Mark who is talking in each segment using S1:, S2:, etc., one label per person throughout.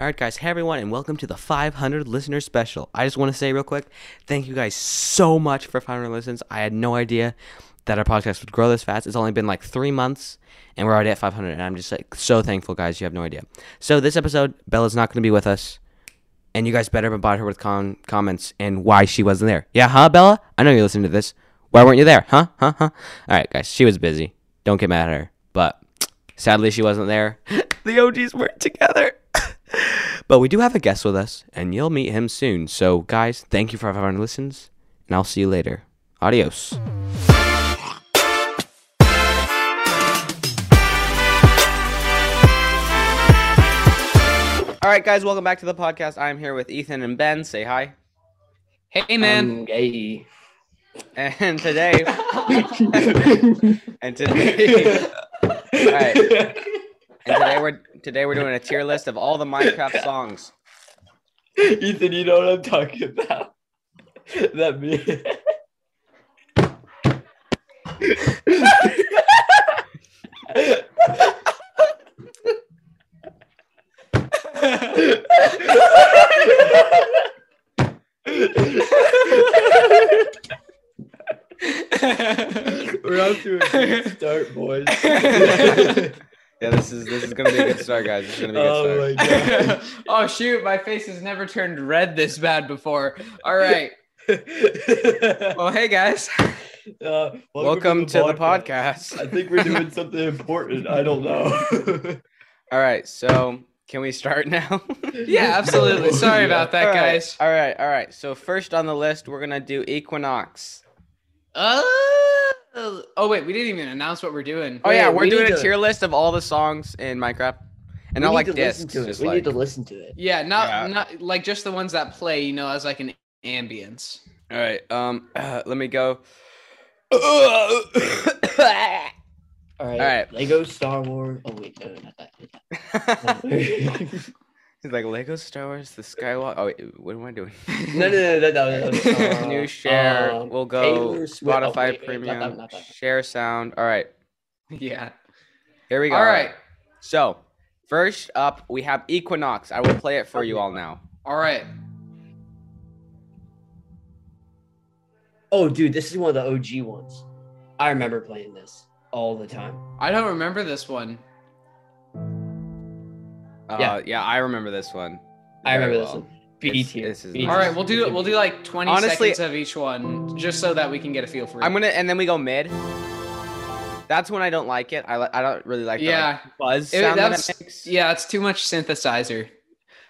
S1: All right, guys. Hey, everyone, and welcome to the 500 listener special. I just want to say real quick, thank you guys so much for 500 listens. I had no idea that our podcast would grow this fast. It's only been like three months, and we're already at 500. And I'm just like so thankful, guys. You have no idea. So this episode, Bella's not going to be with us, and you guys better bombard her with com- comments and why she wasn't there. Yeah, huh, Bella? I know you're listening to this. Why weren't you there? Huh? Huh? Huh? All right, guys. She was busy. Don't get mad at her, but sadly she wasn't there. the OGs weren't together. but we do have a guest with us, and you'll meet him soon. So, guys, thank you for everyone listens, and I'll see you later. Adios. All right, guys, welcome back to the podcast. I'm here with Ethan and Ben. Say hi.
S2: Hey man,
S3: I'm gay.
S1: And today, and today, right. and today we're today we're doing a tier list of all the Minecraft songs.
S3: Ethan, you know what I'm talking about. That me.
S1: Um,
S3: We're off to a good start, boys.
S1: Yeah, this is this is gonna be a good start, guys. This is gonna be a good start.
S3: oh my god.
S2: oh shoot, my face has never turned red this bad before. All right. Well, hey guys.
S3: Uh,
S1: Welcome to the podcast.
S3: I think we're doing something important. I don't know.
S1: All right, so can we start now?
S2: Yeah, absolutely. Sorry about
S1: All
S2: that,
S1: right,
S2: guys.
S1: All right, all right. So first on the list, we're gonna do Equinox.
S2: Uh, oh wait, we didn't even announce what we're doing.
S1: Oh yeah,
S3: Wait,
S1: we're
S3: we
S1: doing
S3: need
S1: a
S3: to-
S1: tier list of all the songs in Minecraft, and not like discs.
S3: to it.
S1: just
S3: We
S1: like-
S3: need to listen to it.
S2: Yeah, not
S1: Yeah.
S2: not like just the ones that play, you know, as like an ambience.
S1: All right. Um, let me go.
S3: All right.
S1: Alright.
S3: Lego Star Wars. Oh wait, no, not that.
S1: He's like Lego Star Wars, the Skywalker. Oh, wait, what am I doing?
S3: no, no, no, no, no, no. no.
S1: New share.
S3: um,
S1: we'll go
S3: Taylor Swift- oh,
S1: Spotify
S3: wait, wait, not
S1: Premium.
S3: that one, not that one.
S1: Share sound. All right.
S2: yeah.
S1: Here we go.
S2: All right.
S1: So first up, we have Equinox. I will play it for you all now.
S2: All right.
S3: Oh, dude, this is one of the OG ones. I remember playing this all the time.
S2: I don't remember this one.
S1: Uh, yeah.
S3: Yeah.
S1: I remember this one.
S3: I
S1: very
S3: remember
S1: well.
S3: this one. B tier.
S1: this is
S3: B
S1: nice.
S3: tier.
S2: All right, we'll do we'll do like 20
S1: Honestly-
S2: seconds of each one just so that we can get a feel for it.
S1: I'm gonna, and then we go mid. That's when I don't like it. I li- I don't really like
S2: Yeah.
S1: the like, buzz
S2: It-
S1: sound that it
S2: that's-
S1: makes.
S2: Yeah, it's too much synthesizer.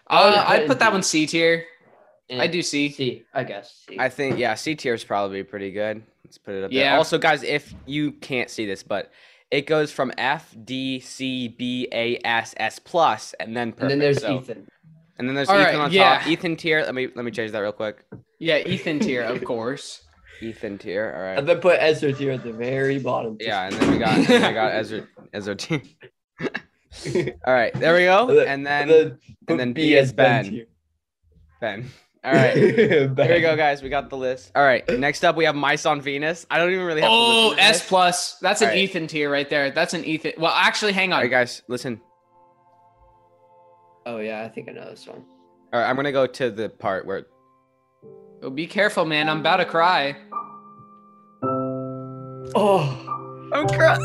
S3: I would
S2: Uh,
S3: put
S2: I'd
S3: in
S2: put that
S3: B.
S2: one C tier.
S3: And
S2: I do C.
S3: C, I guess. C.
S1: I think yeah, C tier is probably pretty good. Let's put it up there.
S2: Yeah.
S1: Also, guys, if you can't see this, but it goes from F D C B A S S plus, and then perfect.
S3: and then there's
S1: so-
S3: Ethan.
S1: And then there's
S2: All
S1: Ethan
S2: right,
S1: on top.
S2: yeah.
S1: Ethan tier. Let me let me change that real quick.
S2: Yeah, Ethan tier, of course.
S1: Ethan tier. All
S3: And
S1: right.
S3: then put Ezra tier at the very bottom. just-
S1: Yeah, and then we got and then I got Ezra Ezra tier. All right, there we go. And then
S3: put
S1: then
S3: Oh, B
S1: B as
S3: as Ben.
S1: Ben.
S3: tier.
S1: Ben. All right.
S3: ben.
S1: Here we go, guys. We got the list. All right. Next up, we have Mice on Venus. I don't even really have to listen
S2: Oh,
S1: to
S2: S
S1: this.
S2: plus. That's an
S1: Alright.
S2: Ethan tier right there. That's an Ethan. Well, actually, hang
S1: All
S2: on.
S1: right, guys. Listen.
S3: Oh yeah, I think I know this one.
S1: All right, I'm gonna go to the part where
S2: oh, be careful, man. I'm about to cry.
S3: Oh.
S1: I'm crying.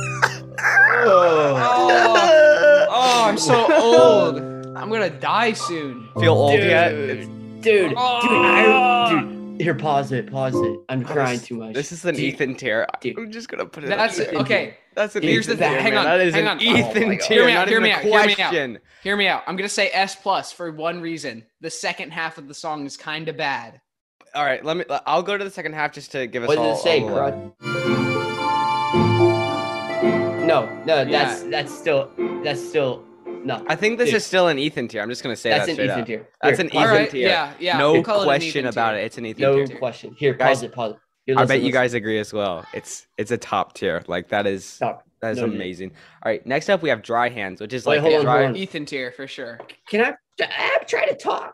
S3: oh.
S2: Oh, oh, I'm so old. I'm gonna die soon.
S1: Feel old
S3: Dude.
S1: yet? It's-
S3: Dude. Dude. I, dude. Here, pause it. Pause it. I'm crying too much.
S1: Oh. This is an
S3: Dude,
S1: Ethan tear. I-
S3: dude.
S1: I'm just gonna put it.
S2: That's
S1: up there.
S3: Ethan
S2: okay.
S1: That's an
S3: Here's
S1: Ethan
S3: the thing.
S1: tear,
S2: Hang
S1: man.
S2: on,
S1: That is
S2: hang
S1: an
S2: on.
S3: Oh
S1: Ethan
S3: my
S1: tier.
S2: Hear
S3: God.
S2: me
S1: not
S2: out, hear
S1: even
S2: me
S1: a
S2: out, hear me out.
S1: question.
S2: Hear me out. I'm gonna say S plus for one reason. The second half of the song is kind of bad.
S1: All right, let me. I'll go to the second half just to give us
S3: What
S1: all.
S3: does it say,
S1: all-
S3: bro? No, no, that's that's still that's still no.
S1: I think this
S3: Dude.
S1: is still an Ethan tier. I'm just gonna say
S3: That's
S1: that
S3: an
S1: straight
S3: Ethan
S1: up.
S3: tier.
S1: That's
S3: Here,
S1: an
S3: pause
S2: All
S1: Ethan
S3: it.
S2: right.
S1: tier.
S2: Yeah, yeah.
S1: no
S2: we'll call it an
S1: question
S2: Ethan
S1: about
S2: tier.
S1: it. It's an Ethan
S3: No
S1: tier.
S3: question. Here,
S1: Guys,
S3: pause it. Pause it. Here,
S1: I
S3: listen,
S1: bet you
S3: listen.
S1: guys agree as well. It's it's a top tier. Like that is
S3: Stop.
S1: that is
S3: No, dude.
S1: amazing. All right, next up we have Dry Hands, which is
S3: Wait,
S1: like
S3: hold
S1: a
S3: on,
S1: dry.
S3: hold
S2: Ethan tier for sure.
S3: Can I? I'm trying to talk.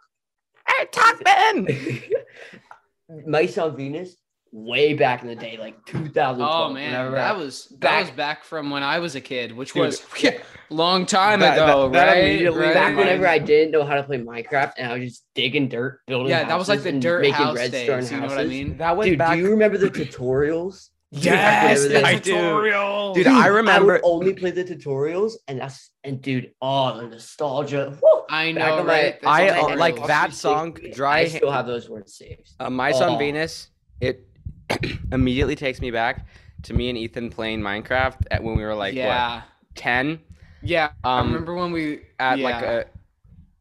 S1: Hey, talk man.
S3: Mice on Venus way back in the day, like 2012.
S2: Oh man,
S3: whenever
S2: that
S3: I-
S2: was that
S3: back-
S2: was back from when I was a kid, which
S4: Dude,
S2: was long time
S4: that-
S2: ago,
S4: that- that
S2: right?
S4: immediately
S2: Right?
S3: back
S4: reminds-
S3: whenever I didn't know how to play Minecraft and I was just digging dirt, building.
S2: yeah, that was like
S3: houses
S2: the
S3: and
S2: dirt
S3: making
S2: house days.
S3: redstone
S2: You know what I
S3: houses.
S2: mean?
S4: That was
S3: Dude,
S4: back.
S3: do you remember the tutorials?
S4: yes,
S3: Dude, I
S4: the
S1: do.
S4: tutorial.
S1: Dude, I
S3: I
S1: remember-
S3: would only play the tutorials, and that's and dude, oh the nostalgia. Woo!
S2: I
S3: Back
S2: know,
S3: on my-
S2: right? That's
S1: I
S2: what
S1: uh,
S3: I-
S1: like
S2: remember.
S1: that song,
S3: I
S1: "Dry."
S3: still have those words saved.
S1: Uh, My son
S3: Oh.
S1: Venus. It immediately takes me back to me and Ethan playing Minecraft at when we were like what
S2: yeah,
S1: ten.
S2: yeah. I
S1: Um,
S2: remember when we
S1: at
S2: yeah.
S1: like a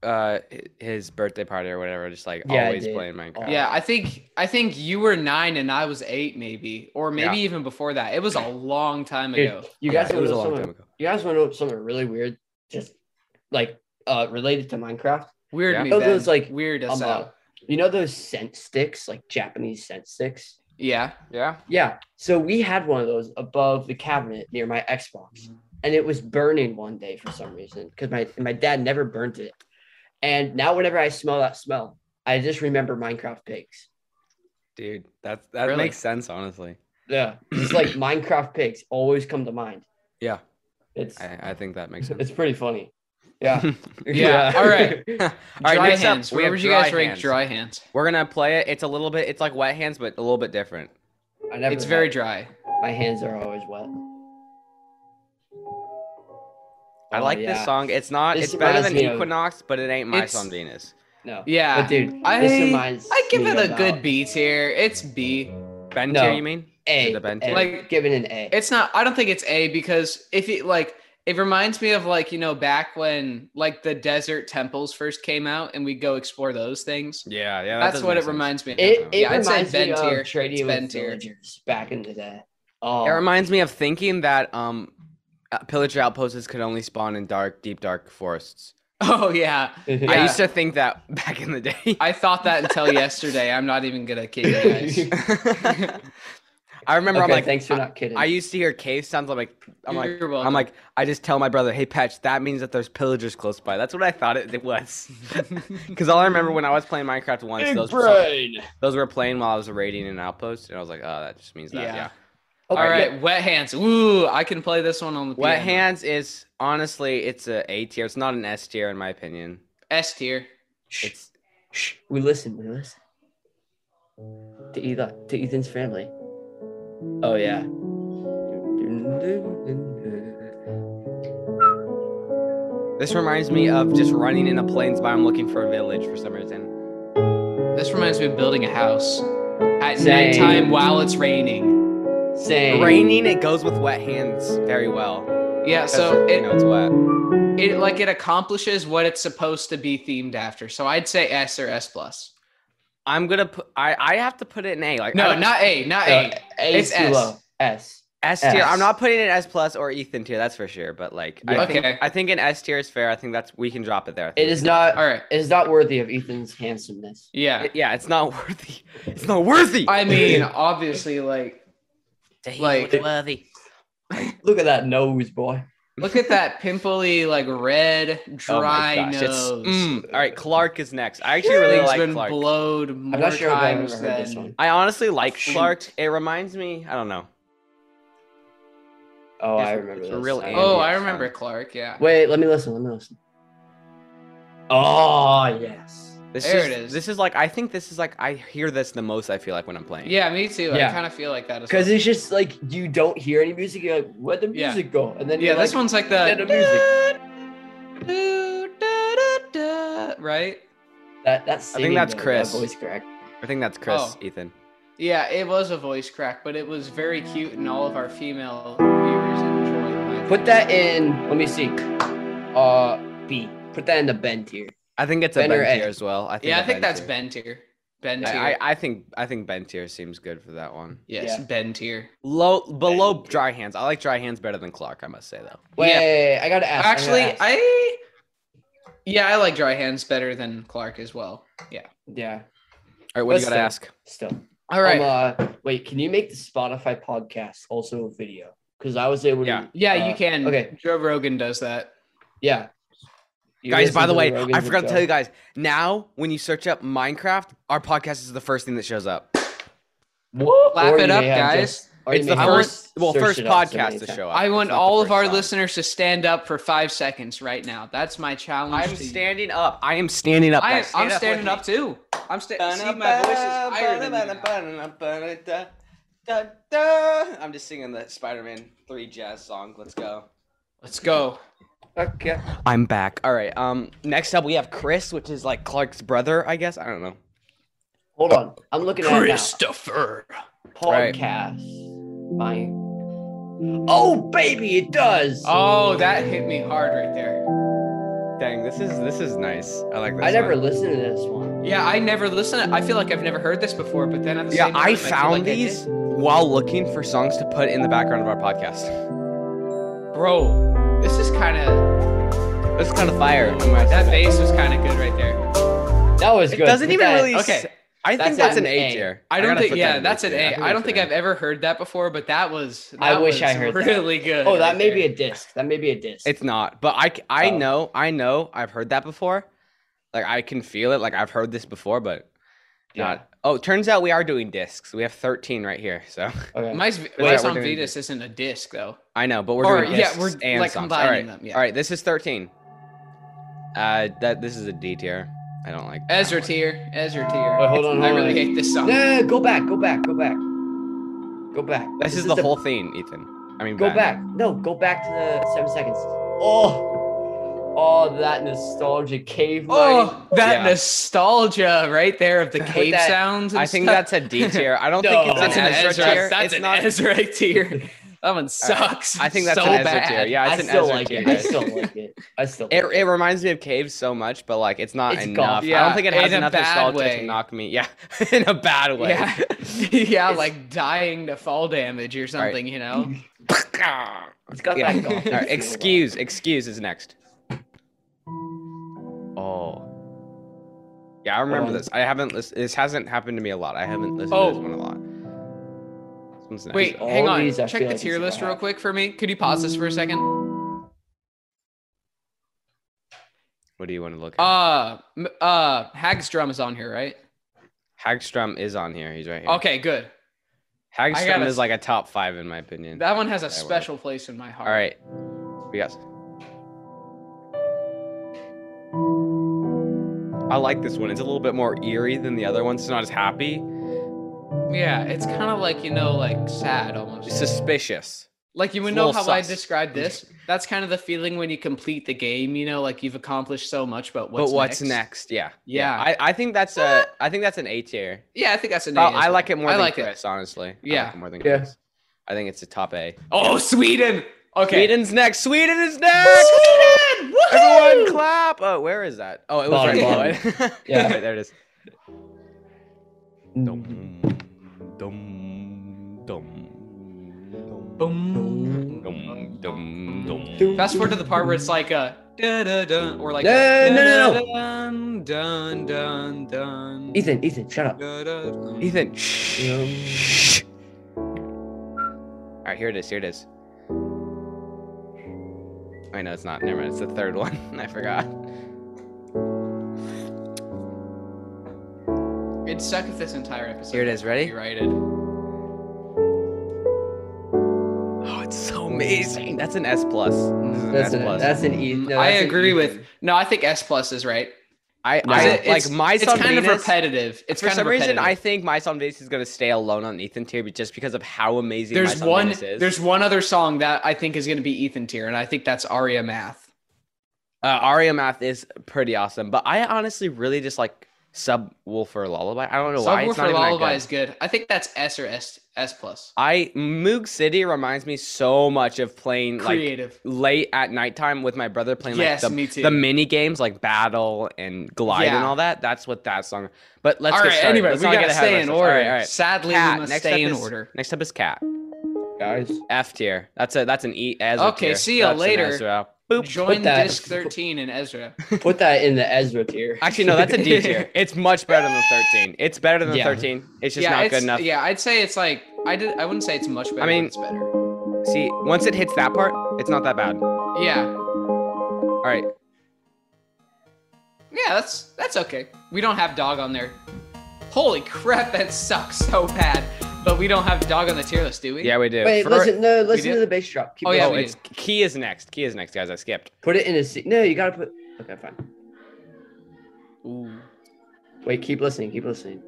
S1: uh hi- his birthday party or whatever, just like
S3: Yeah, I
S1: always
S3: did.
S1: playing Minecraft.
S2: Yeah, I think I think you were nine and I was eight, maybe, or maybe even before that. It was a long time
S3: Dude,
S2: ago.
S3: you
S1: Yeah,
S3: guys
S1: it
S3: want
S1: was
S3: to
S1: a
S3: know
S1: long time
S3: something?
S1: ago.
S3: You guys want to know something really weird? Just like uh related to Minecraft.
S2: Weird
S1: Yeah.
S2: me,
S3: Oh,
S2: ben.
S3: those, like,
S2: weird us
S3: Um, uh,
S2: out.
S3: you know those scent sticks, like Japanese scent sticks.
S2: Yeah,
S1: Yeah.
S3: Yeah. So we had one of those above the cabinet near my Xbox, and it was burning one day for some reason because my my dad never burnt it. And now whenever I smell that smell, I just remember Minecraft pigs.
S1: Dude, that's that
S2: Really?
S1: makes sense, honestly.
S3: Yeah, it's like Minecraft pigs always come to mind.
S1: Yeah,
S3: It's
S1: I, I think that makes sense.
S3: it's pretty funny. Yeah.
S2: yeah. All right,
S1: All right,
S2: dry
S1: next up,
S2: hands.
S1: we
S2: Where
S1: have
S2: would you guys
S1: dry
S2: rank
S1: hands.
S2: dry hands?
S1: We're gonna play it. It's a little bit. It's like wet hands, but a little bit different.
S3: I never
S2: It's very
S3: wet.
S2: dry.
S3: My hands are always wet.
S1: I
S3: Oh,
S1: like
S3: yeah.
S1: this song. It's not.
S3: This
S1: it's better
S3: reminds
S1: than
S3: me of-
S1: Equinox, but it ain't my
S2: It's-
S1: son Venus.
S3: No.
S2: Yeah,
S3: But dude, this
S2: I-
S3: reminds
S2: I give
S3: me
S2: it a
S3: about-
S2: good B tier. It's B.
S1: Ben
S3: No.
S1: tier, you mean?
S3: A.
S1: The Ben
S3: A.
S1: tier?
S2: Like-
S3: give it an A.
S2: It's not. I don't think it's A because if it like it reminds me of like you know back when like the desert temples first came out and we go explore those things.
S1: Yeah, yeah. that
S2: That's
S1: doesn't
S2: what
S1: make
S2: it
S1: sense.
S2: reminds me.
S3: It,
S1: Definitely.
S3: it
S2: Yeah, I'd
S3: reminds
S2: say Ben
S3: me
S2: tier.
S3: of trading
S2: It's Ben
S3: with
S2: tier.
S3: villagers back in the day. Oh,
S1: It reminds me of thinking that um, uh, pillager outposts could only spawn in dark, deep, dark forests.
S2: Oh yeah,
S1: I
S2: Yeah.
S1: used to think that back in the day.
S2: I thought that until yesterday. I'm not even gonna kid you guys.
S1: I remember I'm
S3: Okay,
S1: like,
S3: thanks for not kidding.
S1: I used to hear cave sounds. I'm like, I'm like,
S2: You're welcome.
S1: I'm like, I just tell my brother, hey, Patch, that means that there's pillagers close by. That's what I thought it, it was. Because all I remember when I was playing Minecraft once,
S3: Big
S1: those,
S3: brain.
S1: those were playing while I was raiding an outpost, and I was like, oh, that just means that.
S2: Yeah.
S1: Yeah.
S3: Okay.
S2: All right, wet hands. Ooh, I can play this one on the
S1: Wet
S2: piano.
S1: Hands is honestly, it's a A tier. It's not an S tier in my opinion.
S2: S tier.
S3: Shh,
S1: It's
S3: shh. We listen. We listen to Ethan. To Ethan's family. Oh yeah.
S1: this reminds me of just running in a plains biome looking for a village for some reason.
S2: This reminds me of building a house at
S3: Same.
S2: nighttime while it's raining.
S3: Same.
S1: Raining, it goes with wet hands very well.
S2: Yeah,
S1: 'Cause,
S2: so
S1: you
S2: it,
S1: know it's wet.
S2: it like it accomplishes what it's supposed to be themed after. So I'd say S or S plus.
S1: I'm gonna put. I I have to put it in A. Like I
S2: No,
S1: don't-
S2: not A, not
S3: Uh,
S2: A.
S3: A
S2: It's
S3: is too
S2: S.
S3: low. S.
S1: S tier.
S3: S.
S1: I'm not putting it in S plus or Ethan tier. That's for sure. But like, I
S2: Yeah.
S1: think
S2: Okay.
S1: I think an S tier is fair. I think that's we can drop it there. I
S3: It
S1: think.
S3: is not.
S2: All right.
S3: It is not worthy of Ethan's handsomeness.
S2: Yeah.
S1: It- yeah, it's not worthy. It's not worthy.
S2: I mean, obviously, like, like-
S1: worthy.
S3: Look at that nose, boy.
S2: look at that pimply, like red,
S1: Oh my
S2: dry
S1: gosh. It's,
S2: nose.
S1: mm. All right, Clark is next. I actually really
S2: Thing's
S1: like
S2: been
S1: Clark.
S2: blowed more
S3: I'm not sure if I've
S2: times
S3: ever heard this
S2: than.
S3: one.
S1: I honestly like
S3: Shoot.
S1: Clark. It reminds me. I don't know.
S3: Oh,
S1: It's-
S3: I remember
S1: it's a
S3: this.
S1: real
S3: I
S1: Andy Yeah,
S2: Oh, I
S3: um,
S1: son.
S2: remember Clark. Yeah.
S3: Wait, let me listen. Let me listen. Oh yes.
S1: This
S2: There
S1: is,
S2: it is.
S1: This is like I think this is like I hear this the most. I feel like when I'm playing.
S2: Yeah, me too. I
S3: Yeah.
S2: kind of feel like that as well.
S3: Because it's just like you don't hear any music. You're like, where'd the
S2: Yeah.
S3: music go? And then
S2: yeah,
S3: you're
S2: this
S3: like,
S2: one's like
S3: "Yeah,
S2: the
S3: the music.
S2: doo, da, da, da, right.
S3: That that's.
S1: I think that's Chris.
S3: That voice crack.
S1: I think that's Chris.
S2: Oh.
S1: Ethan.
S2: Yeah, it was a voice crack, but it was very cute, and all of our female viewers enjoyed. my
S3: Put that in. Let me see. Uh, B. Put that in the bend tier.
S1: I think it's a
S3: Ben or
S1: Ben
S3: Ed?
S1: tier as well. I think
S2: Yeah, I
S1: a
S2: think that's
S1: tier.
S2: Ben tier. Ben tier.
S1: I, I, I think I think Ben tier seems good for that one.
S2: yes,
S3: Yeah.
S2: Ben tier.
S1: Low below dry hands. I like dry hands better than Clark. I must say though.
S3: Wait,
S2: Yeah.
S3: I gotta ask. I gotta
S2: Actually,
S3: ask.
S2: I. Yeah, I like dry hands better than Clark as well.
S3: yeah.
S1: All right, what do you
S3: Let's
S1: gotta ask?
S3: Still.
S2: All right.
S3: Um, uh, wait, can you make the Spotify podcast also a video? Because I was able to.
S1: Yeah.
S2: yeah, you
S3: uh,
S2: can.
S3: okay.
S2: Joe Rogan does that.
S3: Yeah. You
S1: guys,
S3: listen
S1: by the
S3: to
S1: way,
S3: Rogan's
S1: I forgot to
S3: and
S1: tell you
S3: stuff.
S1: guys. Now, when you search up Minecraft, our podcast is the first thing that shows up.
S3: Whoop,
S2: Clap
S3: or
S2: it
S3: you
S2: up,
S3: may have
S2: guys.
S3: just- or
S5: It's
S3: you
S5: the
S3: may have
S5: first,
S3: just
S5: well,
S3: searched
S5: first
S3: it up so many
S5: podcast to
S3: times.
S5: show up.
S2: I
S5: It's
S2: want
S5: not the
S2: all of
S5: first
S2: our
S5: time.
S2: listeners to stand up for five seconds right now. That's my challenge.
S5: I'm
S2: to you.
S5: standing up.
S1: I am standing up.
S2: I,
S5: guys. Stand
S2: am
S5: up with
S2: standing
S5: me.
S2: up too. I'm standing. See, my voice is higher than you now.
S1: I'm just singing the Spider-Man Three jazz song. Let's go.
S2: Let's go.
S3: Okay.
S1: I'm back. All right. Um. Next up, we have Chris, which is like Clark's brother, I guess. I don't know.
S3: Hold on. I'm looking at it now.
S2: Christopher.
S1: Right.
S3: podcast. Fine. Oh baby, it does.
S2: Oh, that hit me hard right there.
S1: Dang, this is this is nice. I like this.
S3: I never
S1: one.
S3: listened to this one.
S2: Yeah, I never listen. I feel like I've never heard this before, but then at the
S1: Yeah,
S2: same time,
S1: I
S2: feel
S1: found
S2: like I did.
S1: these while looking for songs to put in the background of our podcast.
S2: bro. This is kind of
S1: It's kind of fire. I might
S2: that
S1: say.
S2: bass was kind of good right there.
S3: That was
S1: It
S3: good. Oh,
S1: doesn't
S3: Put
S1: even
S3: that-
S1: really.
S2: okay.
S1: s- I think
S3: That's
S1: that's
S3: an
S1: an A
S3: A.
S1: tier.
S2: I don't
S1: gotta
S2: think.
S1: put that
S2: Yeah,
S1: in
S2: that's an
S1: tier.
S2: A.
S1: think
S2: I don't
S1: that's
S2: think
S1: an
S2: I've ever heard that before, but that was. That
S3: I wish
S2: was
S3: I heard that.
S2: Really good.
S3: Oh, that
S2: right
S3: may
S2: there.
S3: be a disc. That may be a disc.
S1: It's not, but I c- I
S3: Oh.
S1: know I know I've heard that before. Like I can feel it. Like I've heard this before, but not. Oh, turns out we are doing discs. We have thirteen right here. So
S3: Okay.
S2: Mine's,
S1: we're
S2: mine's on
S1: doing
S2: Vetus isn't a disc though.
S1: I know, but we're
S2: Or,
S1: doing
S2: yeah,
S1: discs
S2: we're,
S1: and
S2: like,
S1: songs.
S2: combining
S1: All right,
S2: them, yeah.
S1: all right. This is thirteen. Uh, that this is a D tier. I don't like that
S2: Ezra
S1: one.
S2: tier. Ezra tier.
S3: Wait, hold on,
S2: I
S3: hold
S2: really
S3: on.
S2: hate this
S3: no,
S2: song.
S3: no, no, go back. Go back. Go back. Go back.
S1: This, is, the, whole thing, Ethan. I mean,
S3: Go
S1: Ben.
S3: back. No, go back to the seven seconds. Oh, oh, that nostalgic cave mining.
S2: Oh, that
S1: Yeah.
S2: nostalgia right there of the
S3: Put
S2: cave
S3: that-
S2: sounds. And
S1: I think
S2: stuff.
S1: that's a D tier. I don't
S3: No.
S1: think it's
S2: that's
S1: Oh, an
S2: an
S1: Ezra,
S2: Ezra.
S1: tier.
S2: That's
S1: it's
S2: an
S1: not.
S2: Ezra tier. That one sucks.
S1: I think that's
S2: so
S1: an Ezra
S2: bad.
S1: tier. Yeah,
S3: I
S1: it's an
S3: still
S1: Ezra
S3: like
S1: tier.
S3: it. I
S1: guys.
S3: still like it. I still.
S1: It,
S3: like
S1: it reminds me of caves so much, but like it's not
S3: It's golf.
S1: enough. I
S2: Yeah,
S1: don't think it
S2: in
S1: has
S2: a
S1: enough
S2: bad
S1: nostalgia
S2: way.
S1: to knock me. Yeah, in a bad way.
S2: Yeah, yeah,
S3: It's-
S2: like dying to fall damage or something. You know.
S3: It's got
S1: Yeah.
S3: that golf.
S1: All right,
S3: feel
S1: excuse, excuse is next. Oh. Yeah, I remember
S3: on.
S1: this. I haven't listened. This hasn't happened to me a lot. I haven't listened
S2: Oh.
S1: to this one a lot. This one's next.
S2: Wait,
S3: all
S2: hang on.
S3: these I
S2: Check
S3: feel
S2: the
S3: like
S2: tier
S3: it's
S2: list
S3: bad.
S2: real quick for me. Could you pause this for a
S1: Mm.
S2: second?
S1: what do you want to look? at?
S2: Uh, m- uh, Hagstrom is on here, right?
S1: Hagstrom is on here. He's right here.
S2: Okay, good. I
S1: Hagstrom
S2: gotta-
S1: is like a top five in my opinion.
S2: That one has a
S1: That one.
S2: special place in my heart.
S1: All right, we got. I like this one. It's a little bit more eerie than the other one. It's not as happy.
S2: Yeah, it's kind of like you know, like sad almost.
S1: It's suspicious.
S2: Like you
S1: It's
S2: would
S1: a
S2: know how
S1: little
S2: I
S1: sus.
S2: describe this. That's kind of the feeling when you complete the game. You know, like you've accomplished so much, but what's
S1: but what's next? Yeah.
S2: Yeah.
S1: I, I think that's a I think that's an A tier.
S2: Yeah, I think that's an A.
S1: I,
S2: as
S1: I
S2: well.
S1: like it more
S2: I
S1: than
S2: like it.
S1: Chris, honestly. I
S2: Yeah.
S1: like it more than
S3: Yeah.
S1: Chris. I think it's a top A.
S2: Oh, Sweden. Okay.
S1: Sweden's next. Sweden is next.
S2: Sweden!
S1: Everyone clap. Oh, where is that? Oh, it was
S3: Bottom,
S1: right below it.
S3: Yeah.
S1: Right, there it is.
S3: about it.
S1: Dum, dum, dum,
S2: Boom.
S1: dum, dum, dum.
S3: Dum.
S2: Fast forward to the part where it's like uh, a dun dun dun, or like
S3: No,
S2: a,
S3: no, no, no.
S2: dun dun dun dun.
S3: Ethan, Ethan, shut up.
S2: Dun, dun, dun.
S1: Ethan. Shh. All right, here it is. Here it is. Wait, no, it's not. Never mind. It's the third one. I forgot.
S2: It'd suck if this entire episode.
S1: Here it is. Ready?
S2: Copyrighted.
S1: Oh, it's so amazing. That's an S plus. This is an
S3: That's
S1: S
S3: an,
S1: plus.
S3: that's an E. no,
S2: Mm, I
S3: that's an
S2: agree
S3: Ethan.
S2: with. No, I think S plus is right.
S1: I,
S3: No.
S1: I
S2: It's-
S1: like my
S2: It's
S1: son
S2: kind of
S1: Venus-
S2: repetitive. It's
S1: for
S2: kind
S1: some
S2: of
S1: reason,
S2: repetitive.
S1: I think my son Venus is gonna stay alone on Ethan tier, but just because of how amazing my
S2: there's
S1: son
S2: one
S1: Venus is.
S2: there's one other song that I think is going to be Ethan tier, and I think that's Aria Math.
S1: uh, Aria Math is pretty awesome, but I honestly really just like Subwoofer Lullaby. I don't know why it's not
S2: Subwoofer
S1: even that
S2: Lullaby
S1: good.
S2: is good. I think that's S or S S plus.
S1: I Moog City reminds me so much of playing like
S2: Creative.
S1: late at nighttime with my brother playing like
S2: Yes,
S1: the,
S2: me too.
S1: the mini games like battle and glide and
S2: Yeah.
S1: all that. That's what that song. But let's
S2: all
S1: get
S2: right.
S1: started.
S2: Anyway,
S1: Let's
S2: we
S1: not
S2: gotta
S1: get ahead of
S2: stay in
S1: ourselves.
S2: order.
S1: All right, all right.
S2: Sadly, we
S1: Cat.
S2: must
S1: Next up
S2: stay in
S1: is-
S2: order.
S1: Next up is Cat.
S3: guys.
S1: F tier. That's a that's an E Ezra
S2: Okay,
S1: tier.
S2: see ya
S1: That's an
S2: later.
S1: Ezra.
S2: Join
S3: that-
S2: disc thirteen in Ezra.
S3: Put that in the Ezra tier.
S1: Actually, no, that's a D tier. It's much better than the 13. It's better than the
S3: Yeah.
S1: 13. It's just
S2: yeah,
S1: not
S2: it's,
S1: good enough.
S2: Yeah, I'd say it's like I did. I wouldn't say it's much better. I
S1: mean-
S2: mean, it's better.
S1: See, once it hits that part, it's not that bad. All
S2: Yeah,
S1: right.
S2: yeah, that's that's okay. We don't have dog on there. Holy crap, that sucks so bad. But we don't have dog on the tier list, do we?
S1: Yeah, we do.
S3: Wait,
S1: For-
S3: listen, no, listen
S2: did-
S3: to the bass drop. Keep
S2: Oh,
S3: oh,
S2: yeah,
S1: Oh,
S2: we
S1: it's key is next. Key is next, guys. I skipped.
S3: Put it in a C. No, you gotta put. Okay, fine.
S2: Ooh.
S3: Wait, keep listening. Keep listening.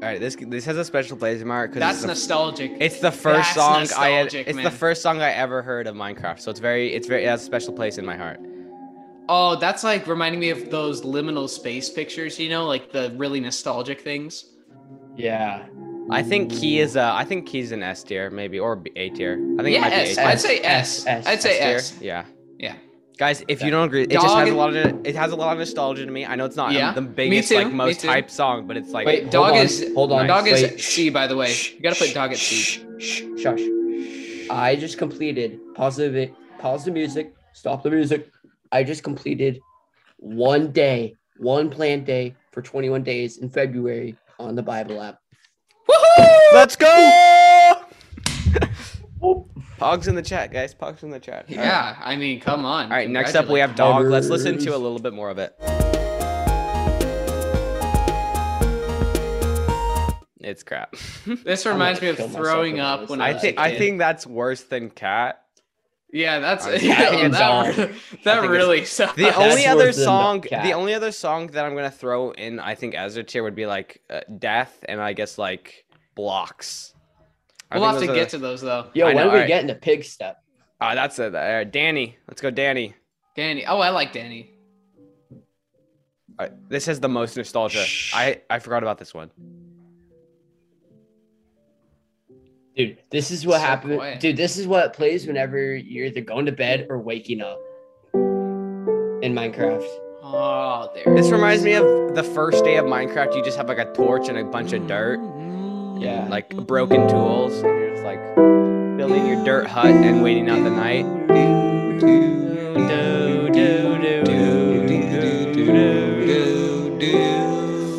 S6: All right, this this has a special place mark because
S2: That's
S6: it's, the-
S2: nostalgic.
S1: It's the first song
S2: That's
S1: I. Had,
S2: nostalgic,
S1: it's the
S2: man.
S1: first song I ever heard of Minecraft. So it's very, it's very, it has a special place in my heart.
S2: oh, that's like reminding me of those liminal space pictures, you know, like the really nostalgic things.
S3: Yeah.
S1: I think key is. Uh, I think key's an S tier, maybe or B- A tier. I think
S2: yeah,
S1: it might
S2: S.
S1: be A tier.
S2: I'd say S.
S3: S, S,
S2: I'd say
S1: tier.
S2: S.
S1: Yeah.
S2: Yeah.
S1: Guys, if you don't agree, it just
S2: Dog
S1: has a
S2: and-
S1: lot of it has a lot of nostalgia to me. I know it's not um,
S2: Yeah,
S1: the
S2: me
S1: biggest,
S2: too,
S1: like
S2: me
S1: most
S2: too.
S1: hype song, but it's like
S3: Wait, hold
S2: dog
S3: on,
S2: is-
S3: Hold on.
S2: Dog is
S3: wait.
S2: C, by the way. You gotta put dog at
S3: Shh,
S2: C.
S3: shh, Shush. I just completed pause the vi- pause the music, stop the music. I just completed one day, one plant day for 21 days in February on the Bible app.
S1: let's go. Pogs in the chat, guys. Pogs in the chat. All right.
S2: Yeah, I mean, come on.
S1: All right, next up we have Dog. Let's listen to a
S3: Congratulations.
S1: little bit more of it. It's crap.
S2: This
S3: I'm
S2: reminds me
S3: gonna
S2: of
S3: kill myself
S2: throwing
S3: with
S2: up
S3: this.
S2: when I,
S1: I
S2: was
S1: think
S2: a
S1: I
S2: kid.
S1: think that's worse than Cat.
S2: Yeah, that's
S1: I think
S2: yeah,
S3: it's
S2: that, re- that
S1: I think
S2: really sucks.
S1: The only
S3: worse
S1: other
S3: than the
S1: song, the,
S3: Cat.
S1: only other song that I'm gonna throw in, I think, as a tier would be like uh, Death, and I guess like Blocks. I
S2: we'll
S1: think those
S2: have to
S1: are
S2: get
S1: the-
S2: to those though.
S3: Yo,
S1: I
S3: when
S1: know,
S3: are we
S1: alright.
S3: getting to pig step?
S1: Ah, that's it. Uh, Danny, let's go, Danny.
S2: Danny. Oh, I like Danny.
S1: Uh, this has the most nostalgia.
S3: Shh.
S1: I I forgot about this one.
S3: Dude, this is what
S2: So
S3: happened.
S2: quiet.
S3: Dude, this is what plays whenever you're either going to bed or waking up in Minecraft.
S2: Oh, there.
S1: This reminds me of the first day of Minecraft. You just have like a torch and a bunch of dirt,
S3: Yeah.
S1: like broken tools, and you're just like building your dirt hut and waiting out the night. Do, do, do, do, do, do, do.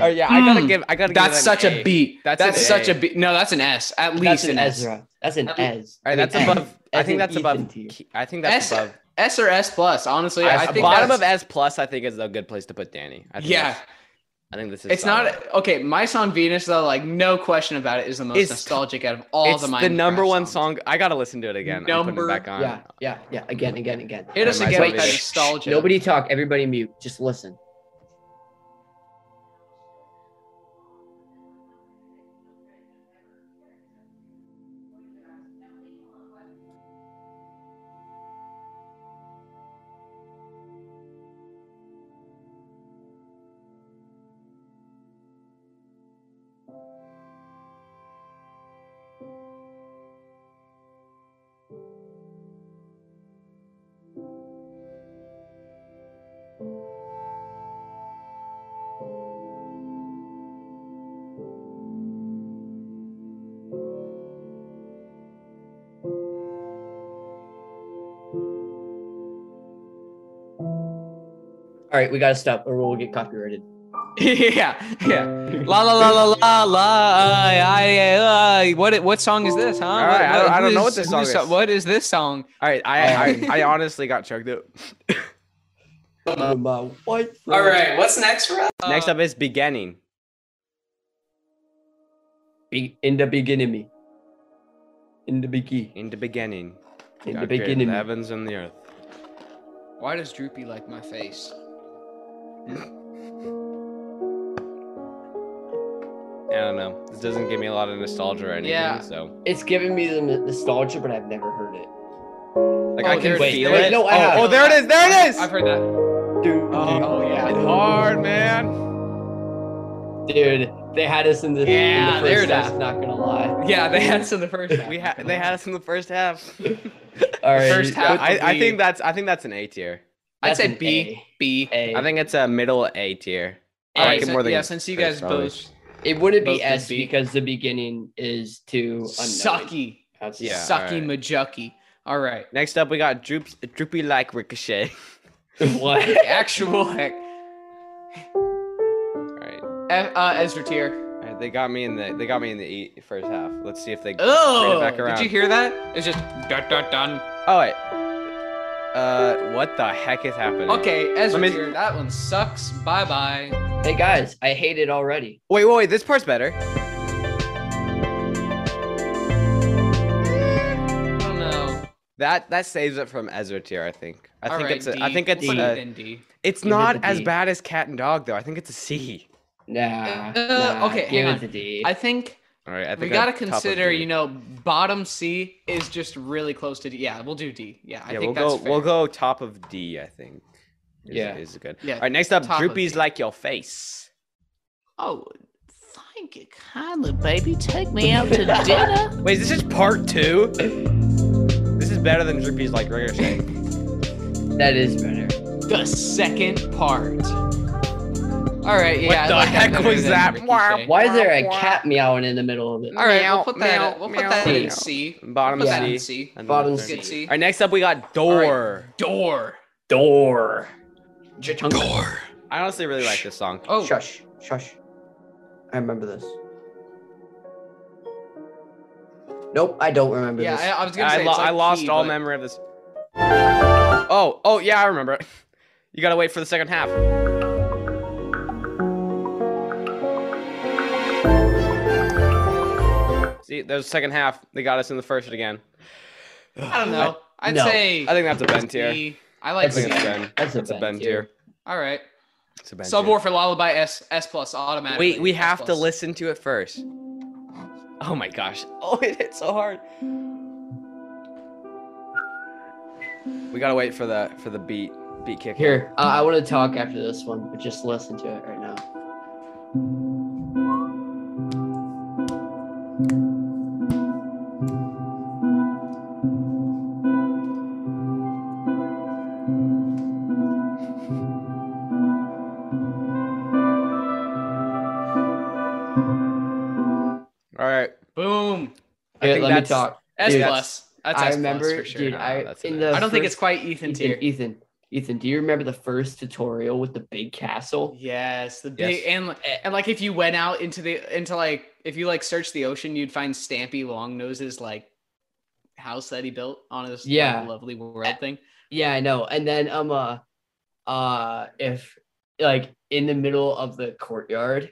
S1: Oh yeah, I gotta
S2: Mm.
S1: give. I gotta.
S2: That's
S1: give that
S2: such
S1: an
S2: a beat.
S1: That's
S2: That's,
S1: an
S2: such
S1: A.
S2: a beat. No, that's an S. At
S3: That's
S2: least
S3: an
S2: an S.
S3: Ezra. That's an
S2: I
S3: Ez.
S1: All right, that's
S3: An Ez.
S1: above. I
S3: as
S1: think
S3: in
S1: that's
S3: Ethan
S1: above.
S3: tier.
S1: K- I think that's
S2: S-
S1: above.
S2: S or S plus. Honestly, I,
S1: I
S2: think
S1: bottom of
S2: that's-
S1: S plus. I think is a good place to put Danny. I think
S2: Yeah,
S1: that's- I think this is.
S2: it's
S1: solid.
S2: not okay. My song Venus, though, like no question about it, is the most
S1: It's-
S2: nostalgic out of all
S1: it's
S2: the
S1: the,
S2: Minecraft
S1: number one song.
S2: songs.
S1: I gotta listen to it again. I'm putting it
S2: Number-
S1: back on.
S3: Yeah, yeah, yeah. Again, again, again.
S2: Hit
S1: Reminds
S2: us again
S1: me
S2: with
S1: of
S2: that
S1: it.
S2: nostalgia.
S3: Nobody talk. Everybody mute. Just listen. All right, we gotta stop, or we'll get copyrighted.
S2: yeah, yeah. La la la la la la. Uh, I, uh, what what song is this? Huh?
S1: All right, I don't- I don't know what this
S2: who's-
S1: song
S2: who's-
S1: is.
S2: What is this song?
S1: All right, I I, I honestly got choked up.
S3: Oh, my white
S2: what's next for us?
S1: Next up is beginning.
S3: Be- in the beginning, me. In the beginning.
S1: In the beginning.
S3: In the
S1: God created
S3: beginning.
S1: The
S3: me.
S1: heavens and the earth.
S2: Why does Droopy like my face?
S1: I don't know. This doesn't give me a lot of nostalgia or anything.
S2: Yeah.
S1: So
S3: It's giving me the n- nostalgia, but I've never heard it.
S1: like
S2: Oh,
S1: I can
S2: there's-
S3: wait,
S1: feel
S3: wait,
S1: it.
S3: no, I have.
S1: oh, oh, there it is. There it is.
S2: I've heard that.
S3: Dude,
S2: Oh, yeah.
S1: It's hard, man.
S3: dude, they had us in the
S2: Yeah,
S3: in the
S2: there
S3: first
S2: it
S3: half,
S2: is.
S3: Not gonna lie.
S2: Yeah, they had us in the first. half.
S1: We had they had us in the first half.
S3: All right,
S2: first
S1: Yeah,
S2: half.
S1: I, I
S2: B.
S1: think that's I think that's an A tier.
S2: I'd
S3: that's
S2: say
S3: an
S2: B. B.
S3: A.
S1: I think it's a middle A tier.
S3: I like
S2: Alright,
S1: it
S2: so-
S1: more than
S2: yeah, since you
S1: Chris,
S2: guys
S1: probably.
S2: both
S3: it wouldn't
S2: Both
S3: be
S2: would
S3: S
S2: be.
S3: because the beginning is too unknown.
S2: sucky,
S3: That's-
S1: Yeah,
S2: sucky
S1: alright.
S2: majucky. All right,
S1: Next up, we got droops, droopy like ricochet.
S3: what?
S2: actual heck.
S1: All right,
S2: F- uh, Ezra tier.
S1: all right, they got me in the they got me in the E first half. Let's see if they.
S2: Oh,
S1: back
S2: did
S1: around.
S2: you hear that? It's just dun dun dun.
S1: Oh wait. Uh, what the heck is happening?
S2: Okay, Ezra,
S1: me-
S2: tier, that one sucks. Oh, Bye bye.
S3: Hey guys, I hate it already.
S1: Wait, wait, wait. This part's better.
S2: I don't know.
S1: That that saves it from Ezra tier, I think. I think
S2: Alright,
S1: it's a, I
S2: D.
S1: think it's
S2: We'll put
S1: a,
S2: it in D.
S1: it's
S3: Give it
S1: not
S3: the
S1: as
S3: D.
S1: bad as Cat and Dog though. I think it's a C.
S3: Nah.
S2: Uh,
S3: nah,
S2: okay, hang
S3: give
S2: on.
S3: it to D.
S2: I think
S1: All right, I think
S2: we gotta consider, you know, bottom C is just really close to D. Yeah, we'll do D. Yeah, I
S1: yeah,
S2: think
S1: we'll
S2: that's
S1: go
S2: fair.
S1: we'll go top of D. I think. Is,
S3: Yeah.
S1: is good.
S2: Yeah,
S1: All right, next up,
S2: top of
S1: Droopy's
S2: D.
S1: like your face.
S7: Oh, thank you kindly, baby. Take me out to dinner.
S1: Wait, is this just part two? This is better than Droopy's like regular shake.
S3: that is better.
S2: the second part. All right, yeah. I
S1: the
S2: like
S1: heck
S2: that better
S1: was
S2: than
S1: that?
S2: Ricochet.
S3: Why is there a cat meowing in the middle of it?
S2: All right,
S1: Meow,
S2: we'll put that.
S1: meow,
S2: we'll
S1: meow,
S2: put that
S1: meow.
S2: in C.
S1: Bottom
S2: Put that
S1: C.
S2: in C.
S1: and then
S3: Bottom
S1: third.
S2: Good C.
S1: All right, next up we got Door.
S2: Door.
S3: Door.
S2: Door.
S1: I honestly really like this song.
S2: Oh,
S3: Shush. Shush. I remember this. Nope, I don't remember
S2: yeah.
S3: this.
S2: I, I was gonna
S1: I,
S2: say.
S1: lo-
S2: it's like
S1: I lost
S2: key,
S1: all
S2: but-
S1: memory of this. Oh, oh yeah, I remember. it. You gotta wait for the second half. See, there's the second half. They got us in the first again.
S2: I don't know. I'd
S3: No.
S2: say.
S1: I think that's a bend tier.
S2: B. I
S1: I
S2: like C.
S1: think it's Ben.
S3: That's a
S1: It's a
S3: bend
S1: bend
S3: tier.
S1: tier.
S2: All right.
S1: It's a bend
S2: Sub
S1: tier.
S2: war for Lullaby S S plus automatically.
S1: Wait, we
S2: S
S1: have to
S2: plus.
S1: listen to it first. Oh my gosh. Oh, it hit so hard. We gotta wait for the for the beat beat kick.
S3: Here, uh, I want to talk after this one, but just listen to it right now.
S1: All right.
S2: Boom.
S1: I
S3: Here,
S1: think
S3: let me
S1: that's-
S3: talk.
S2: S
S3: Dude,
S2: plus. That's
S3: I
S2: S
S3: remember,
S2: plus for sure.
S3: dude.
S1: Nah,
S3: I
S1: that's
S3: in
S1: an
S3: the
S1: S.
S2: I don't think
S3: first-
S2: it's quite Ethan tier.
S3: Ethan, Ethan. Ethan, do you remember the first tutorial with the big castle?
S2: Yes, the big
S1: Yes.
S2: and li- and like if you went out into the into like if you like searched the ocean, you'd find Stampy Longnoses like house that he built on his like,
S3: Yeah.
S2: lovely world thing.
S3: Yeah, I know. And then um uh uh if like in the middle of the courtyard,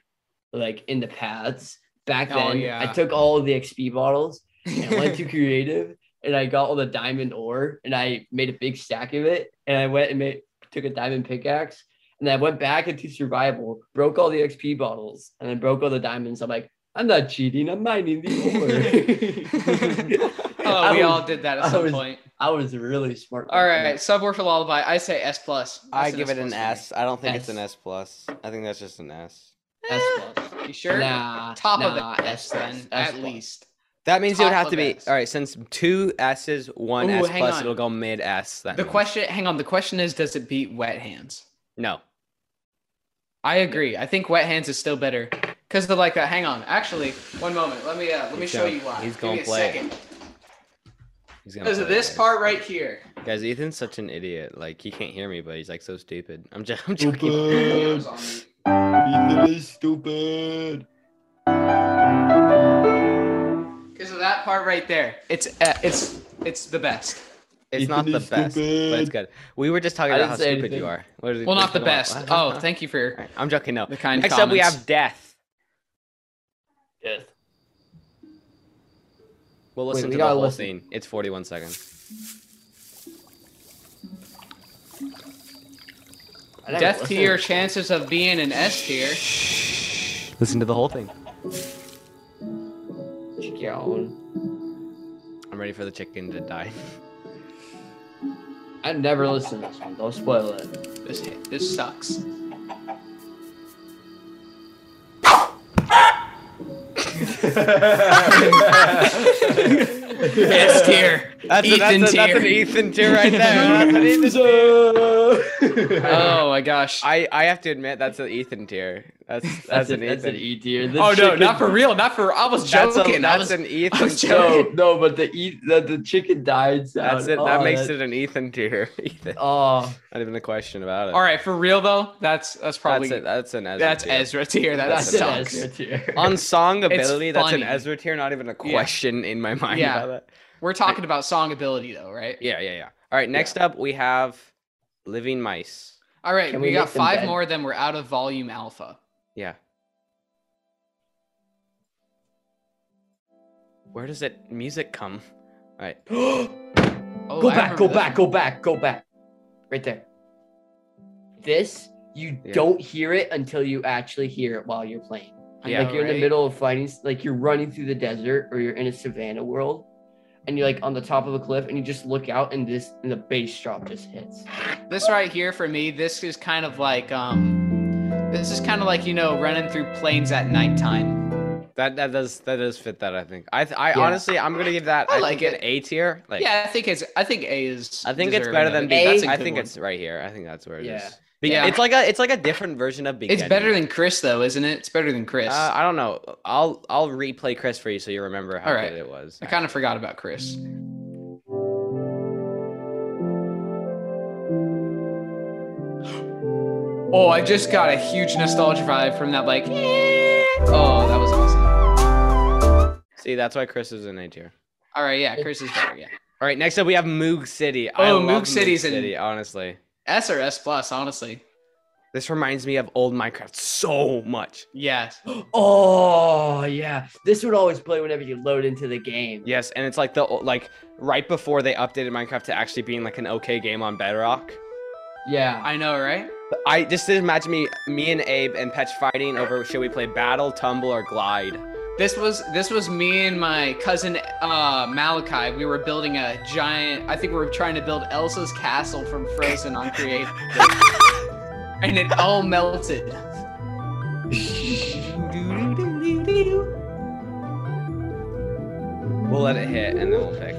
S3: like in the paths, back
S2: Oh,
S3: then I
S2: yeah.
S3: took all of the XP bottles and I went to creative and I got all the diamond ore and I made a big stack of it and I went and made took a diamond pickaxe and I went back into survival, broke all the XP bottles and then broke all the diamonds. I'm like, I'm not cheating, I'm mining the ore.
S2: oh, we
S3: I
S2: all
S3: was-
S2: did that at
S3: I
S2: some
S3: was-
S2: point.
S3: I was really smart.
S2: All right, subword for lullaby. I say S plus.
S1: I
S2: That's
S1: give it an
S2: plus
S1: S. I don't think it's an
S3: S.
S1: S plus. I think that's just an S.
S3: S plus.
S2: for me. You sure?
S3: Nah,
S2: Top
S3: nah,
S2: of the S
S3: S plus,
S2: then,
S3: S
S2: at
S3: plus.
S2: least.
S1: That means it would
S2: Top
S1: have
S2: of
S1: to be
S2: S.
S1: all right. Since two S's, one
S2: Ooh,
S1: S
S2: hang
S1: plus,
S2: on.
S1: it'll go mid S. That
S2: The
S1: means.
S2: question, hang on. The question is, does it beat Wet Hands?
S1: No.
S2: I agree. I think Wet Hands is still better because of like that. Hang on, actually, one moment. Let me uh, let me
S1: He's
S2: show
S1: gonna-
S2: you why.
S1: he's
S2: Give
S1: gonna
S2: me a
S1: play it.
S2: second.
S1: He's gonna
S2: Because of
S1: play
S2: this
S1: it.
S2: part right here.
S1: Guys, Ethan's such an idiot. Like he can't hear me, but he's like so stupid. I'm just. I'm joking.
S3: stupid.
S2: Because of that part right there. It's uh, it's it's the best.
S1: It's not the best, but it's good. We were just talking
S3: I
S1: about
S3: didn't
S1: how
S3: say
S1: stupid
S3: anything.
S1: you are. What is it-
S2: Well,
S1: what
S2: not
S1: is
S2: the
S1: it-
S2: best.
S1: what-
S2: Oh, thank you for
S1: Alright, I'm joking. No.
S2: the kind.
S1: Next up, we
S2: comments.
S1: have death. We'll listen
S3: we
S1: to the
S3: gotta
S1: whole scene.
S3: listen.
S1: It's 41 seconds.
S2: death to your chances of being an S tier.
S1: Listen to the whole thing.
S3: Check your own.
S1: I'm ready for the chicken to die.
S3: I never listened to this one. Don't spoil it.
S2: This this sucks. S tier.
S1: That's, a,
S2: Ethan
S1: that's, a, that's an
S2: tier.
S1: Ethan tier right there. That's an Ethan-
S2: Oh my gosh.
S1: I, I have to admit that's an Ethan tier. That's that's,
S3: that's,
S1: an
S3: an, that's
S1: Ethan.
S3: an E tier. The
S2: oh no,
S3: chicken-
S2: not for real. Not for. I was joking.
S1: That's, a,
S2: I
S1: that's
S2: was,
S1: an
S2: I
S1: Ethan.
S2: was
S1: tier.
S2: joking.
S3: No, no, but the e the, the chicken died. Sound.
S1: That's it.
S3: Oh,
S1: That makes
S3: that-
S1: it an Ethan tier. Ethan.
S3: Oh,
S1: Not even a question about it.
S2: All right, for real though. That's that's probably
S1: That's, it. that's an Ezra.
S2: That's
S1: tier.
S2: Ezra tier. That,
S3: that's, an
S2: sucks.
S3: S tier.
S1: On song ability, that's an
S2: funny.
S1: Ezra tier. Not even a
S2: Yeah.
S1: question in my mind
S2: Yeah.
S1: about that.
S2: We're talking about song ability though, right?
S1: Yeah, yeah, yeah. All right, next up we have Living Mice.
S2: All right,
S3: Can
S2: we,
S3: we
S2: got
S3: make them
S2: five
S3: dead?
S2: more. Then we're out of volume alpha.
S1: Yeah. Where does it music come? All right.
S2: Oh,
S3: go
S2: I
S3: back, go
S2: remember this
S3: back,
S2: one.
S3: go back, go back. Right there. This, you
S1: Yeah.
S3: don't hear it until you actually hear it while you're playing.
S2: I
S1: Yeah.
S3: like you're in
S2: right?
S3: the middle of fighting, like you're running through the desert or you're in a savannah world and you're like on the top of a cliff and you just look out and this and the bass drop just hits.
S2: This right here for me, this is kind of like um, this is kind of like you know running through planes at nighttime.
S1: That that does that does fit that I think. I th- I
S3: Yeah.
S1: honestly I'm gonna give that
S2: I
S1: I,
S2: like
S1: think an
S2: it.
S1: A tier. Like
S2: yeah, I think it's I think A is.
S1: I think it's
S2: deserving
S1: better
S2: of
S1: than
S2: it.
S1: B.
S3: A?
S1: I
S2: That's a good
S1: think
S2: one.
S1: it's right here. I think that's where it is.
S3: Yeah.
S1: Be-
S2: Yeah.
S1: It's like a it's like a different version of beginning.
S2: It's better than Chris though, isn't it? It's better than Chris.
S1: Uh, I don't know. I'll I'll replay Chris for you so you remember how
S2: All right.
S1: good it was.
S2: I kind of forgot about Chris. Oh, I just got a huge nostalgia vibe from that. Like, oh, that was awesome.
S1: See, that's why Chris is in A tier.
S2: All right, yeah, Chris is better. Yeah,
S1: All right, next up we have Moog City. I
S2: Oh,
S1: love
S2: Moog City's in-
S1: City, honestly.
S2: S or S plus, honestly.
S1: This reminds me of old Minecraft so much.
S2: Yeah,
S3: Oh yeah. This would always play whenever you load into the game.
S1: Yes, and it's like the o- like right before they updated Minecraft to actually being like an okay game on Bedrock.
S3: Yeah.
S2: I know, right?
S1: I just imagine me me and Abe and Petch fighting over should we play Battle, Tumble, or Glide.
S2: This was this was me and my cousin uh, Malachi. We were building a giant. I think we were trying to build Elsa's castle from Frozen on Creative, and it all melted.
S1: We'll let it hit and then we'll pick.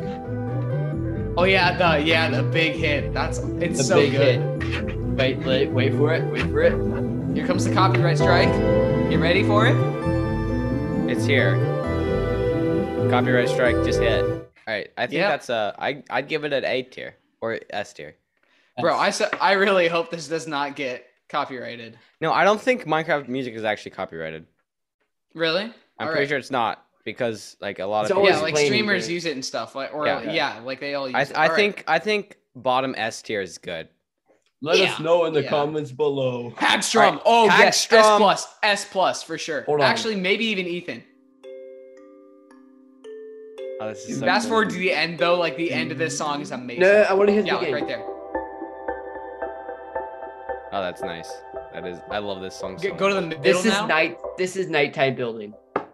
S2: Oh yeah, the yeah the big hit. That's it's
S3: The
S2: so
S3: big
S2: good.
S3: hit. Wait, wait, wait for it, wait for it.
S2: Here comes the copyright strike. You ready for it?
S1: It's here. Copyright strike just hit. All right, I think
S2: Yeah.
S1: that's a. I I'd give it an A tier or S tier.
S2: Bro, I so, I really hope this does not get copyrighted.
S1: No, I don't think Minecraft music is actually copyrighted.
S2: Really?
S1: I'm
S2: All
S1: pretty
S2: right.
S1: sure it's not because like a lot
S3: It's
S1: of
S3: always
S2: Yeah,
S1: people.
S2: like
S3: playing
S2: streamers
S3: music.
S2: use it and stuff. Like or
S1: Yeah.
S2: yeah, like they all use
S1: I,
S2: it.
S1: I
S2: All right.
S1: think I think bottom S tier is good.
S3: Let
S2: Yeah.
S3: us know in the
S2: Yeah.
S3: comments below.
S2: Hagstrom.
S1: Alright,
S2: Oh yes, S
S1: Hagstrom.
S2: plus, S plus for sure.
S3: Hold on.
S2: Actually, maybe even Ethan.
S1: Oh, this is so
S2: Fast
S1: cool.
S2: forward to the end though. Like the end of this song is amazing.
S3: No, I want to hit
S2: yeah,
S3: the
S2: like
S3: game.
S2: right there.
S1: Oh, that's nice. That is. I love this song. So
S2: Go- Go to the middle
S3: This is
S2: now.
S3: night. This is nighttime building.
S1: much.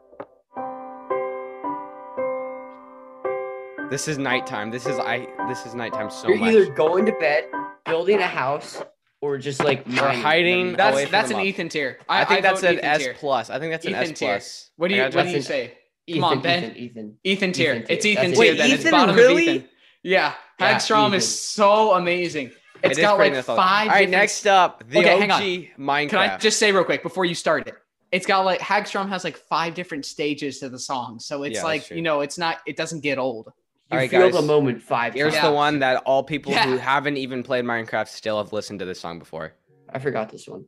S1: This is nighttime. This is I. This is nighttime so
S3: You're
S1: much.
S3: either going to bed, building a house, or just like mining.
S1: hiding.
S3: That's-
S1: away
S2: That's
S1: from
S2: that's
S1: the
S2: an
S1: mob.
S2: Ethan tier. I,
S1: I, think
S2: I
S1: that's
S2: vote
S1: an
S2: Ethan
S1: S
S2: tier.
S1: plus. I think that's an
S2: Ethan
S1: S
S2: tier.
S1: plus.
S2: What do
S1: I
S2: you
S1: gotta
S2: what
S1: do
S2: do
S1: that.
S2: you
S3: Ethan-
S2: say?
S3: Ethan,
S2: Come on, Ben.
S3: Ethan, Ethan.
S2: Ethan tier.
S3: Ethan tier.
S2: It's Ethan
S3: That's
S2: tier.
S1: it.
S2: Then it's
S1: Ethan,
S2: bottom
S1: really?
S2: of Ethan. Yeah,
S3: Yeah,
S2: Hagstrom is
S3: Ethan.
S2: so amazing.
S1: It
S2: It's
S1: is
S2: got
S1: pretty
S2: like
S1: nostalgic.
S2: five.
S1: All right,
S2: different-
S1: next up, the
S2: Okay, hang on.
S1: OG Minecraft.
S2: Can I just say real quick before you start it? It's got like Hagstrom has like five different stages to the song, so
S1: Yeah,
S2: it's
S1: that's
S2: like
S1: true.
S2: you know, it's not, it doesn't get old.
S3: You
S1: Alright,
S3: feel
S1: guys.
S3: the moment five
S1: Here's
S3: times.
S2: Yeah.
S1: the one that all people who
S2: Yeah.
S1: haven't even played Minecraft still have listened to this song before.
S3: I forgot this one.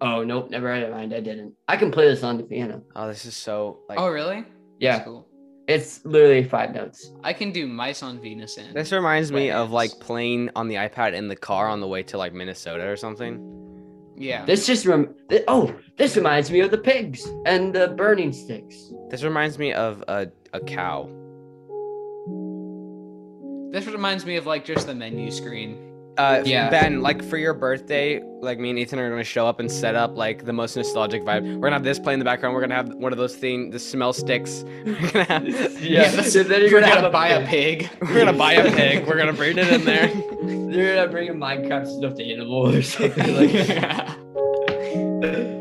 S3: Oh nope, never mind. I didn't. I can play this on the piano.
S1: Oh, this is so like.
S2: oh, really? That's
S3: Yeah,
S2: cool.
S3: it's literally five notes.
S2: I can do mice on Venus and
S1: This reminds me of like
S2: Plans.
S1: playing on the iPad in the car on the way to like Minnesota or something.
S2: yeah.
S3: This just rem. th- oh, this reminds me of the pigs and the burning sticks.
S1: This reminds me of a, a cow.
S2: This reminds me of like just the menu screen.
S1: Uh,
S3: Yeah.
S1: Ben, like for your birthday, like me and Ethan are gonna show up and set up like the most nostalgic vibe. We're gonna have this play in the background. We're gonna have one of those things, the smell sticks. We're gonna, have,
S3: Yeah,
S2: that's-
S3: so then you're
S2: we're
S3: gonna
S2: gonna
S3: have a
S2: buy a pig.
S1: we're gonna buy a pig. We're gonna breed it in there.
S3: They're gonna bring a Minecraft stuffed animal or something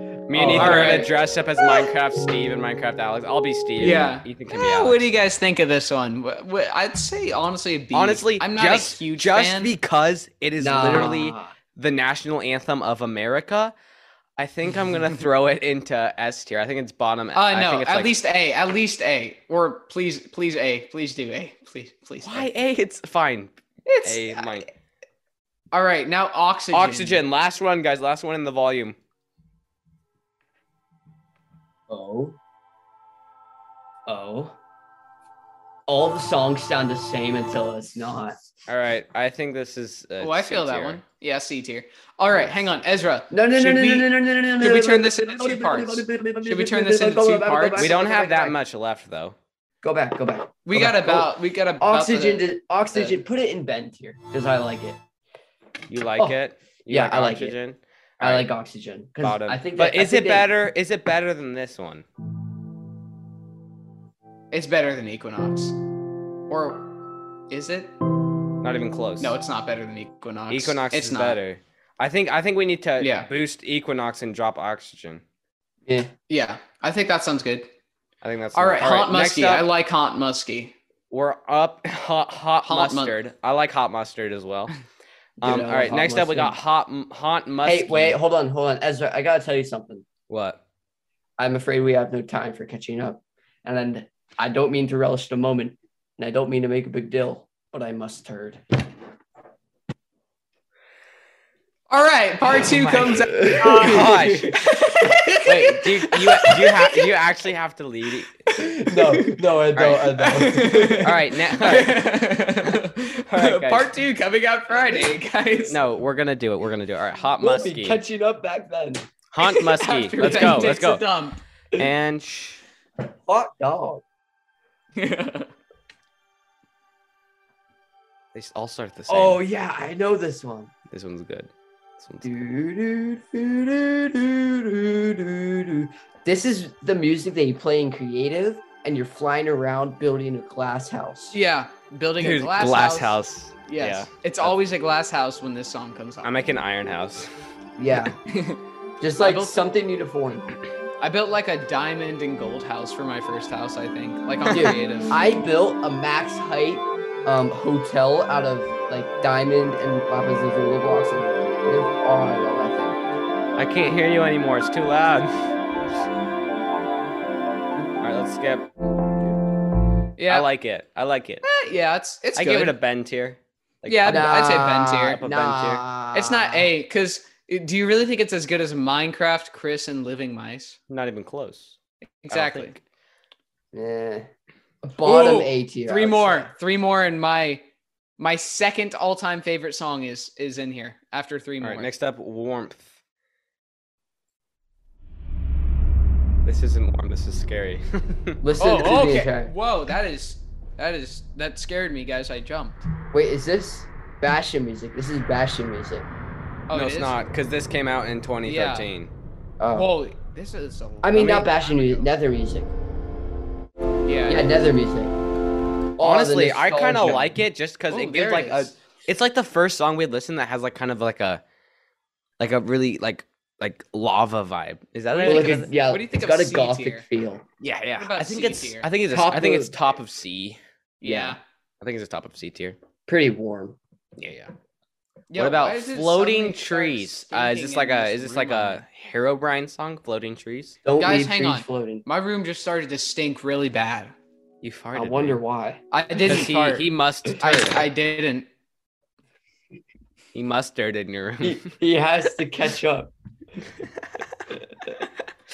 S1: Me and
S3: Oh,
S1: Ethan are gonna
S2: alright.
S1: dress up as Minecraft Steve and Minecraft Alex. I'll be Steve.
S2: Yeah.
S1: Ethan can be
S2: Yeah,
S1: Alex.
S2: what do you guys think of this one? Wh- wh- I'd say honestly, a B.
S1: Honestly,
S2: I'm not
S1: just,
S2: a huge
S1: just
S2: fan.
S1: because it is
S3: Nah.
S1: literally the national anthem of America, I think I'm gonna throw it into S tier. I think it's bottom.
S2: uh,
S1: I
S2: no,
S1: think
S2: at
S1: it's like-
S2: least A, at least A, or please, please A, please do A, please, please. A.
S1: why A? It's fine.
S2: It's
S1: A mine.
S2: all right. Now oxygen.
S1: Oxygen. Last one, guys. Last one in the volume.
S3: Oh. Oh. all the songs sound the same until it's not.
S1: All right, I think this is. Uh,
S2: Oh, I feel
S1: C
S2: that
S1: tier.
S2: one. Yeah, C tier. All right, hang on, Ezra.
S3: No, no, no,
S2: Should
S3: no,
S2: we-
S3: no, no, no, no, no, no.
S2: should we turn this into two parts?
S3: Should
S2: we turn this into two parts?
S1: We don't have
S3: back,
S1: that much left though.
S3: Go back, go back.
S2: We
S3: Go
S2: got
S3: back, go.
S2: about. We got about the-
S3: Oxygen, to, oxygen. Put it in bend here because I like it.
S1: You like
S3: Oh,
S1: it? You
S3: yeah, I like it.
S1: oxygen?
S3: I like oxygen because
S1: Bottom.
S3: I think.
S1: but
S3: that- I
S1: is
S3: think
S1: it
S3: they-
S1: better? Is it better than this one?
S2: It's better than Equinox, or is it?
S1: Not even close.
S2: No, it's not better than Equinox.
S1: Equinox
S2: it's
S1: is
S2: not.
S1: better. I think I think we need to
S2: Yeah.
S1: boost Equinox and drop Oxygen.
S3: Yeah.
S2: Yeah, I think that sounds good.
S1: I think that's
S2: All right, Hot
S1: next
S2: Muskie. I
S1: up,
S2: like Hot Muskie.
S1: we're up hot, hot,
S2: Hot mu-
S1: mustard. I like hot mustard as well. Um,
S3: Ditto,
S1: all right,
S3: hot
S1: next up we got
S3: mustard.
S1: hot m- hot musky.
S3: Hey, wait, hold on, hold on, Ezra. I gotta tell you something.
S1: What?
S3: I'm afraid we have no time for catching up, and then I don't mean to relish the moment, and I don't mean to make a big deal, but I must turd.
S2: All right,
S1: Oh
S2: part two comes out.
S1: Gosh. Wait, do you, you you have you actually have to lead? e,
S3: no, uh, no, I don't. I don't.
S1: All right, now. right, guys.
S2: part two coming out Friday, guys.
S1: No, we're gonna do it. We're gonna do it. All right, hot
S3: We'll be
S1: musky,
S3: catching up back then.
S1: hot musky.
S2: After
S1: Let's
S2: Ben
S1: go. Let's
S2: takes a
S1: go.
S2: dump.
S1: And sh-
S3: Fuck dog.
S1: they all start the same.
S3: Oh yeah, I know this one.
S1: This one's good. This one's
S3: This is the music that you play in creative, and you're flying around building a glass house.
S2: yeah, building
S1: Dude,
S2: a glass, house.
S1: house. Yeah.
S2: Yes, it's always a glass house when this song comes on.
S1: I make an iron house.
S3: Yeah, just
S2: I
S3: like
S2: built-
S3: something uniform.
S2: I built like a diamond and gold house for my first house, I think. Like on
S3: Dude,
S2: creative.
S3: I built a max height um, hotel out of like diamond and lapis lazuli blocks. And oh, I love that thing.
S1: I can't hear you anymore. It's too loud. All right, let's skip.
S2: yeah,
S1: I like it. I like it.
S2: eh, yeah, it's it's
S1: I
S2: good.
S1: give it a bend tier. Like,
S2: Yeah,
S1: up-
S2: I'd- I'd say Ben tier.
S1: Up a Ben tier.
S3: Nah.
S2: it's not a because do you really think it's as good as Minecraft, Chris, and Living Mice?
S1: not even close. I don't
S2: Exactly.
S1: think.
S3: Eh. Bottom
S2: Ooh,
S3: A tier. I
S2: Three
S3: would
S2: more,
S3: say.
S2: three more, and my my second all time favorite song is is in here after three
S1: All
S2: more.
S1: right, next up, warmth. This isn't warm. This is scary.
S3: Listen
S2: Oh,
S3: to the
S2: okay.
S3: entire.
S2: Whoa, that is that is that scared me, guys. I jumped.
S3: Wait, is this Bastion music? This is Bastion music.
S2: Oh,
S1: no,
S2: it
S1: it's
S2: is?
S1: not, because this came out in 2013.
S3: Oh.
S2: Whoa, this is. A
S3: I mean, not
S2: bashing
S3: Bastion music, Nether music.
S2: Yeah.
S3: Yeah, Nether music. All the
S1: Honestly, I kind of
S3: nostalgia.
S1: like it just because
S2: Ooh,
S1: it
S2: Oh, there
S1: gives like a
S2: is.
S1: It's like the first song we had listened that has like kind of like a, like a really like like lava vibe. Is that
S2: What
S1: what it
S2: do you
S1: is?
S2: think of-
S3: yeah,
S2: what do you think
S3: it's
S2: of
S3: got a
S2: C
S3: gothic
S2: tier?
S3: feel.
S1: Yeah, yeah.
S2: about
S1: I think
S2: C
S1: it's
S2: tier?
S1: I think it's a,
S3: Top
S1: I think
S3: of-
S1: it's top of C.
S2: Yeah.
S1: I think it's a top of C tier.
S3: Pretty warm.
S1: Yeah, yeah. what
S2: Yo, why
S1: about
S2: does it
S1: floating
S2: suddenly start
S1: trees? Uh, is
S2: stinking
S1: this like
S2: in
S1: a is this like
S2: room I'm
S1: a Herobrine song? Floating trees.
S3: Don't
S2: Guys,
S3: leave
S2: hang
S3: trees
S2: on.
S3: floating.
S2: in? My room just started to stink really bad.
S1: You farted.
S3: I
S1: man.
S3: wonder why.
S2: I
S1: 'Cause
S2: didn't.
S1: he,
S2: fart.
S1: he must turd.
S2: I, I didn't.
S1: he must turd in your room.
S3: He, he has to catch up.
S1: All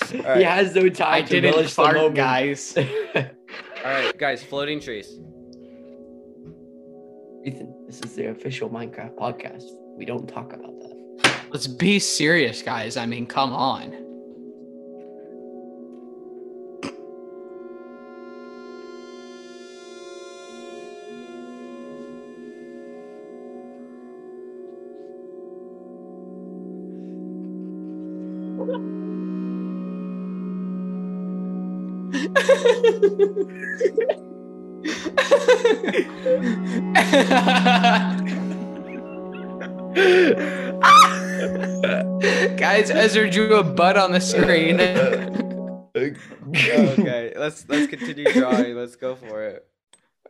S3: He
S1: right,
S3: has no time
S2: I
S3: to
S2: didn't
S3: relish the
S2: fart,
S3: moment.
S2: guys.
S1: all right, guys. Floating trees.
S3: Ethan, this is the official Minecraft podcast. We don't talk about that.
S2: Let's be serious, guys. I mean, come on. Guys, Ezra drew a butt on the screen.
S1: okay, let's let's continue drawing. Let's go for it.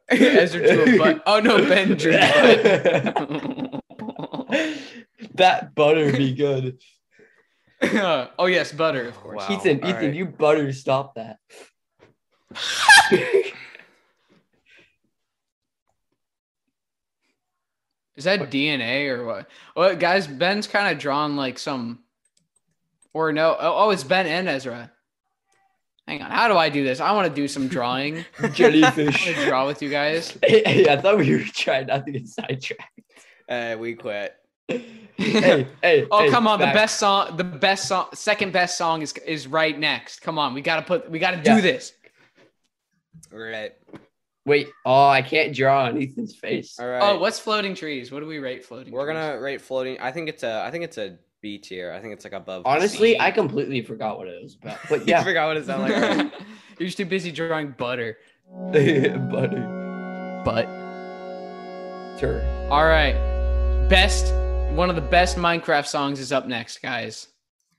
S2: Ezra drew a butt. Oh no, Ben drew a butt.
S3: that butter be good.
S2: oh yes, butter, of course.
S1: Wow.
S3: Ethan,
S1: all
S3: Ethan,
S1: right.
S3: you butter stop that.
S2: Is that DNA or what? Well, guys, Ben's kind of drawn like some, or no? Oh, oh, it's Ben and Ezra. Hang on. How do I do this? I want to do some drawing. I
S3: Jellyfish.
S2: wanna draw with you guys.
S3: hey, I thought we were trying not to get sidetracked.
S1: Uh, we quit.
S3: Hey, hey.
S2: Oh
S3: hey,
S2: come on! The
S3: back.
S2: best song, the best song, second best song is is right next. Come on, we gotta put, we gotta do
S3: Yeah.
S2: this.
S1: All right.
S3: Wait. Oh, I can't draw on Ethan's face.
S1: All right.
S2: Oh, what's floating trees? What do we rate floating?
S1: We're
S2: trees?
S1: gonna rate floating. I think it's a. I think it's a B tier. I think it's like above.
S3: Honestly,
S1: C.
S3: I completely forgot what it was about. But
S1: I
S3: yeah,
S1: forgot what it sounded like. already.
S2: You're just too busy drawing butter.
S3: buddy,
S2: But
S3: sure.
S2: all right, best one of the best Minecraft songs is up next, guys.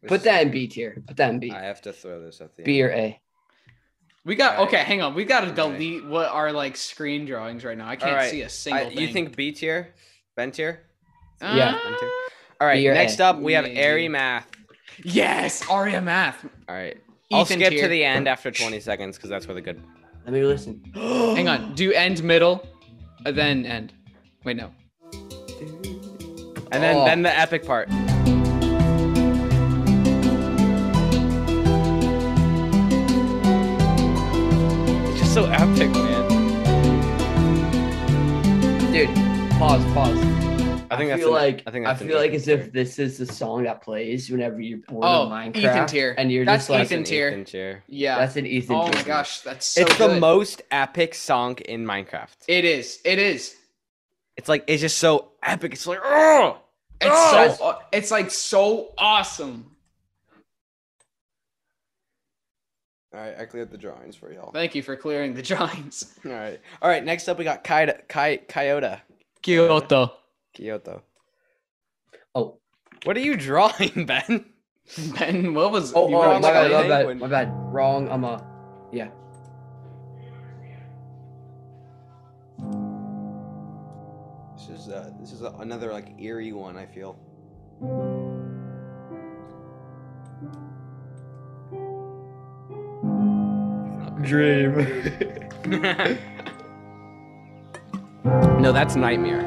S1: This
S3: Put
S1: is-
S3: that in B tier. Put that in B.
S1: I have to throw this at the
S3: B
S1: end.
S3: or A.
S2: We got
S1: Right.
S2: okay. Hang on, we gotta
S1: Right.
S2: delete what are like screen drawings right now. I can't
S1: right.
S2: see a single
S1: I-
S2: thing.
S1: you think B tier? Ben tier?
S3: Yeah.
S2: Ah,
S1: Ben tier? All right.
S3: B or
S1: Next
S3: A?
S1: up, we have
S2: Yeah.
S1: airy math.
S2: yes, Aria Math.
S1: All right. I'll
S2: Ethan
S1: skip
S2: tier.
S1: to the end after 20 seconds because that's where the good.
S3: Let me listen.
S2: Hang on, do end middle, uh, then end. Wait, no.
S1: And then
S3: Oh.
S1: then the epic part. It's just so epic, man.
S3: dude. Pause. Pause.
S1: I think that's
S3: feel
S1: an-
S3: like
S1: I think
S3: I
S1: that's an
S3: feel like
S1: Ethan
S3: as if
S1: tier.
S3: this is the song that plays whenever you're bored
S2: Oh,
S3: of Minecraft,
S2: Ethan tier.
S3: and you're
S2: That's
S3: just like,
S1: That's an
S2: Ethan tier.
S1: Ethan tier.
S2: Yeah.
S3: that's an Ethan.
S2: oh
S3: tier.
S2: my gosh, that's so
S1: it's the
S2: good.
S1: most epic song in Minecraft.
S2: It is. It is.
S1: It's like it's just so epic. It's like oh,
S2: It's
S1: Oh,
S2: so. aw- It's like so awesome.
S1: All right, I cleared the drawings for y'all.
S2: Thank you for clearing the drawings.
S1: All right, all right. Next up, we got Kaida, Kai, Kyota,
S2: Kyoto.
S1: Kyoto.
S3: Oh,
S1: What are you drawing, Ben?
S2: Ben, what was?
S3: oh, oh,
S2: you
S3: my
S2: were
S3: bad, my bad,
S2: explaining?
S3: my bad,
S1: when-
S3: my bad. Wrong. I'm a. Yeah.
S1: This is uh, this is another like eerie one. I feel.
S3: Dream.
S1: No, that's nightmare.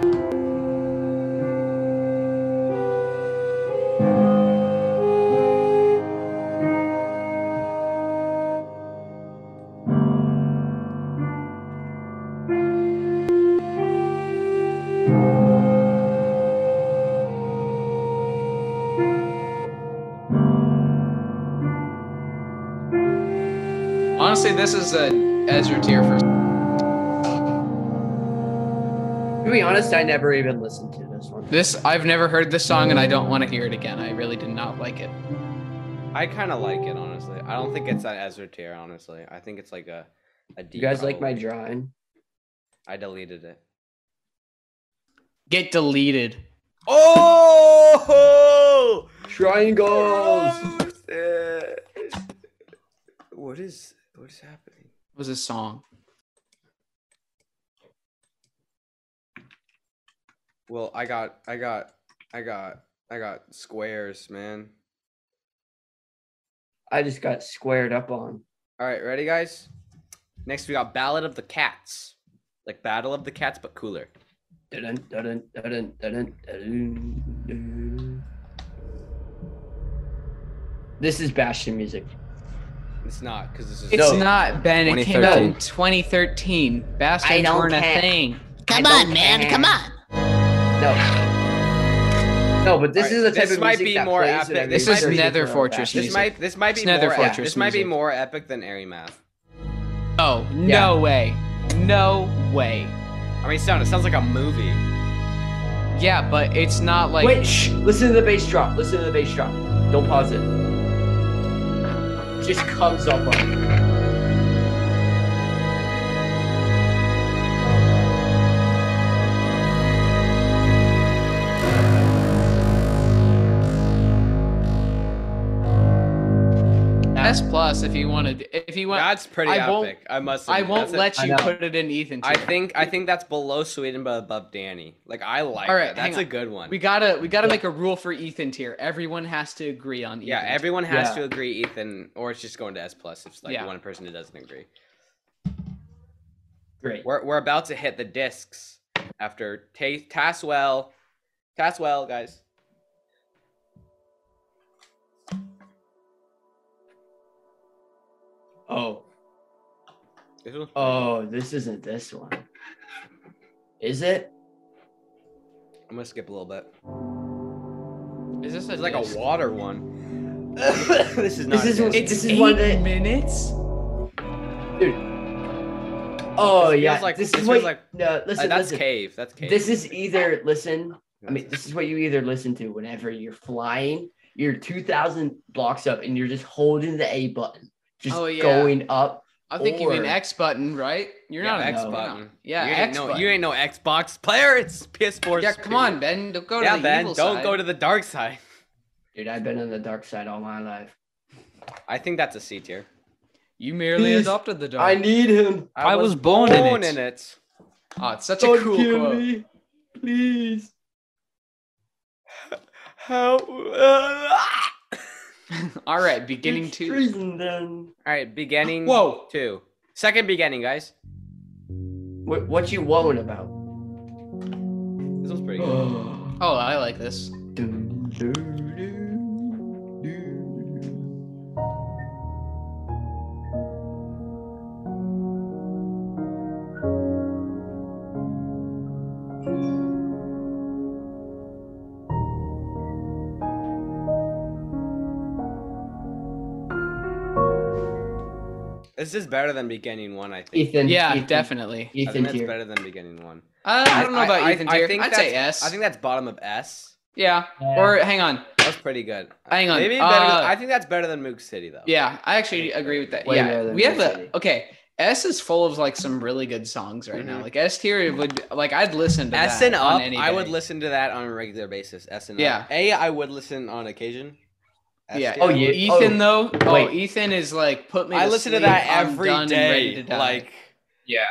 S2: Honestly, this is a Ezra tier for.
S3: to be honest, I never even listened to this one.
S2: This I've never heard this song, and I don't want to hear it again. I really did not like it.
S1: I kind of like it honestly. I don't think it's an Ezra tier honestly. I think it's like a a D.
S3: You guys like my
S1: probably.
S3: drawing?
S1: I deleted it.
S2: Get deleted.
S1: Oh!
S3: Triangles.
S1: What is what is happening?
S2: was a song.
S1: Well, I got I got I got I got squares, man.
S3: I just got squared up on.
S1: All right, ready guys? Next we got Ballad of the Cats. Like Battle of the Cats but cooler.
S3: Dun, dun, dun, dun, dun, dun, dun. This is Bastion music.
S1: It's not cuz this is
S2: It's
S3: No.
S2: not Ben. It came out in
S1: 2013.
S2: 2013.
S3: I
S2: Bastards
S3: don't
S2: weren't
S3: care.
S2: a thing.
S7: Come
S3: I
S7: on,
S3: don't
S7: man.
S3: care.
S7: Come on.
S3: No. No, but this
S1: Alright,
S3: is the type
S1: this
S3: of
S1: might
S3: music
S1: be
S3: that
S1: more
S3: plays
S1: epic.
S3: whenever
S1: This
S3: you
S1: is
S3: listen to
S2: Nether
S3: it on
S2: Fortress
S3: Bastion
S1: This
S2: music.
S1: might this might be
S2: It's Nether
S1: more ep-
S2: Fortress
S1: this might be
S2: music.
S1: more epic than Airy Math.
S2: Oh, no way. No way.
S1: I mean, sound it sounds like a movie.
S2: Yeah, but it's not like
S3: Wait, shh. Listen to the bass drop. Listen to the bass drop. Don't pause it. It just comes up on. you.
S2: S plus if you wanted if you want
S1: That's pretty
S2: I won't-
S1: epic. I must
S2: I
S1: admit.
S2: won't
S1: That's a-
S2: let
S3: I
S2: you
S3: know.
S2: put it in Ethan.
S1: I
S2: tier.
S1: think I think that's below Sweden but above Danny. Like I like
S2: All
S1: All
S2: right,
S1: right,
S2: hang
S1: That's a
S2: on.
S1: good one.
S2: we gotta we gotta make a rule for Ethan tier. Everyone has to agree on Ethan.
S1: yeah,
S2: tier.
S1: everyone has
S3: Yeah.
S1: to agree, Ethan, or it's just going to S plus if like
S2: Yeah.
S1: one person who doesn't agree.
S3: Great.
S1: We're we're about to hit the discs after Ta Taswell. Taswell, guys.
S3: Oh,
S1: This one?
S3: oh, this isn't this one. Is it?
S1: I'm gonna skip a little bit.
S2: Is this a
S1: It's like a
S2: disc?
S1: water one. this is not.
S3: this is
S1: a
S3: one-
S1: disc.
S2: It's
S3: This is
S2: eight
S3: one that-
S2: minutes.
S3: Oh
S1: This feels
S3: yeah.
S1: like-
S3: this
S1: this
S3: is
S1: feels
S3: what.
S1: like-
S3: no, listen,
S1: Uh, that's
S3: listen.
S1: cave. That's cave.
S3: This is either listen. I
S1: That's
S3: mean,
S1: cave.
S3: this is what you either listen to whenever you're flying, you're 2,000 blocks up, and you're just holding the A button, just
S2: Oh, yeah.
S3: going up.
S2: I think you mean
S3: Or-
S2: X button, right? You're
S1: Yeah,
S2: not an
S1: X
S3: no.
S1: button.
S2: Yeah,
S1: you ain't
S2: X
S1: no,
S2: button.
S1: you ain't no Xbox player. It's PS4.
S2: Yeah, come on, Ben. Don't go
S1: yeah,
S2: to the
S1: Ben.
S2: evil
S1: Don't
S2: side.
S1: go to the dark side.
S3: Dude, I've been on the dark side all my life.
S1: I think that's a C tier.
S2: You merely
S3: Please,
S2: adopted the dog.
S3: I need him.
S2: I was born in it.
S1: in it.
S2: oh, it's such
S3: Don't
S2: a cool
S3: kill
S2: quote.
S3: me, please.
S1: How?
S2: uh, All right, beginning
S3: It's
S2: two.
S3: treason, then.
S1: All right, beginning.
S2: Whoa.
S1: Two. Second beginning, guys.
S3: What, what you woeing about?
S1: This one's pretty good.
S3: Dun,
S2: Oh, I like this.
S3: dun, dun, dun, dun.
S1: This is better than beginning one, I think.
S3: Ethan.
S2: Yeah,
S3: Ethan,
S2: definitely.
S1: I think
S3: Ethan
S1: that's
S3: here.
S1: better than beginning one.
S2: Uh, I don't know about Ethan
S1: I
S2: tier.
S1: think
S2: I'd
S1: that's-
S2: say S.
S1: I think that's bottom of S.
S2: yeah.
S3: Yeah.
S2: Or hang on.
S1: That's pretty good.
S2: Hang on,
S1: Maybe better than,
S2: uh,
S1: I think that's better than Moog City though.
S2: Yeah, I actually agree with that.
S3: Way better
S2: yeah,
S3: than
S2: we have
S3: Moog City.
S2: a okay. S is full of like some really good songs right now.
S1: Mhm.
S2: Like S tier would like I'd listen to
S1: S
S2: that
S1: and
S2: on
S1: up,
S2: any
S1: I would
S2: day.
S1: listen to that on a regular basis. S and
S2: Yeah.
S1: up. A, I would listen on occasion. S
S2: Yeah.
S1: tier.
S3: Oh, yeah.
S2: Ethan though, oh
S3: wait.
S2: Ethan is like put me.
S1: I
S2: to
S1: listen
S2: sleep.
S1: to that
S2: I'm
S1: every day.
S2: done and ready to die.
S1: Like,
S2: Yeah.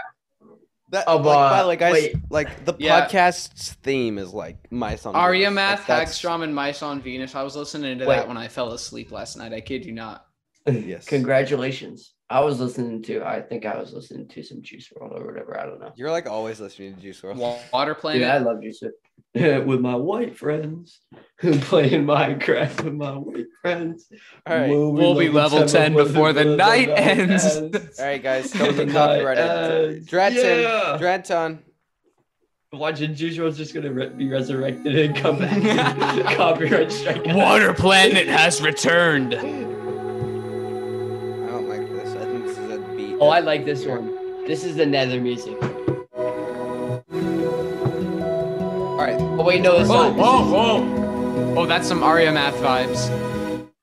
S1: That,
S3: Oh,
S1: like, by
S3: but-
S1: the way, guys,
S3: wait.
S1: like the
S2: Yeah.
S1: podcast's theme is like my song.
S2: Arya
S1: Venus.
S2: Math,
S1: Like, Oh, that's-
S2: Hagstrom, and Mice on Venus. I was listening to
S3: Wait.
S2: that when I fell asleep last night. I kid you not.
S1: Yes.
S3: Congratulations. I was listening to, I think I was listening to some Juice World or whatever. I don't know.
S1: You're like always listening to Juice World.
S2: Water Planet.
S3: Dude, I love Juice World. with my white friends. Playing Minecraft with my white friends.
S1: All right.
S3: We'll
S2: We'll be level 10 before the night ends.
S1: All right, guys.
S3: Till
S1: Don't be copyrighted. Dredson. Dredson.
S3: Watching Juice World's just gonna re- be resurrected and come back. and Copyright strike. Oh,
S2: Water Planet has returned.
S1: I don't like this. I think this is a beat.
S3: Oh, I like this one. This is the Nether music.
S1: All right.
S3: Oh wait, no, it's
S2: Whoa,
S3: not.
S2: whoa, whoa. Oh, that's some Arya Math vibes.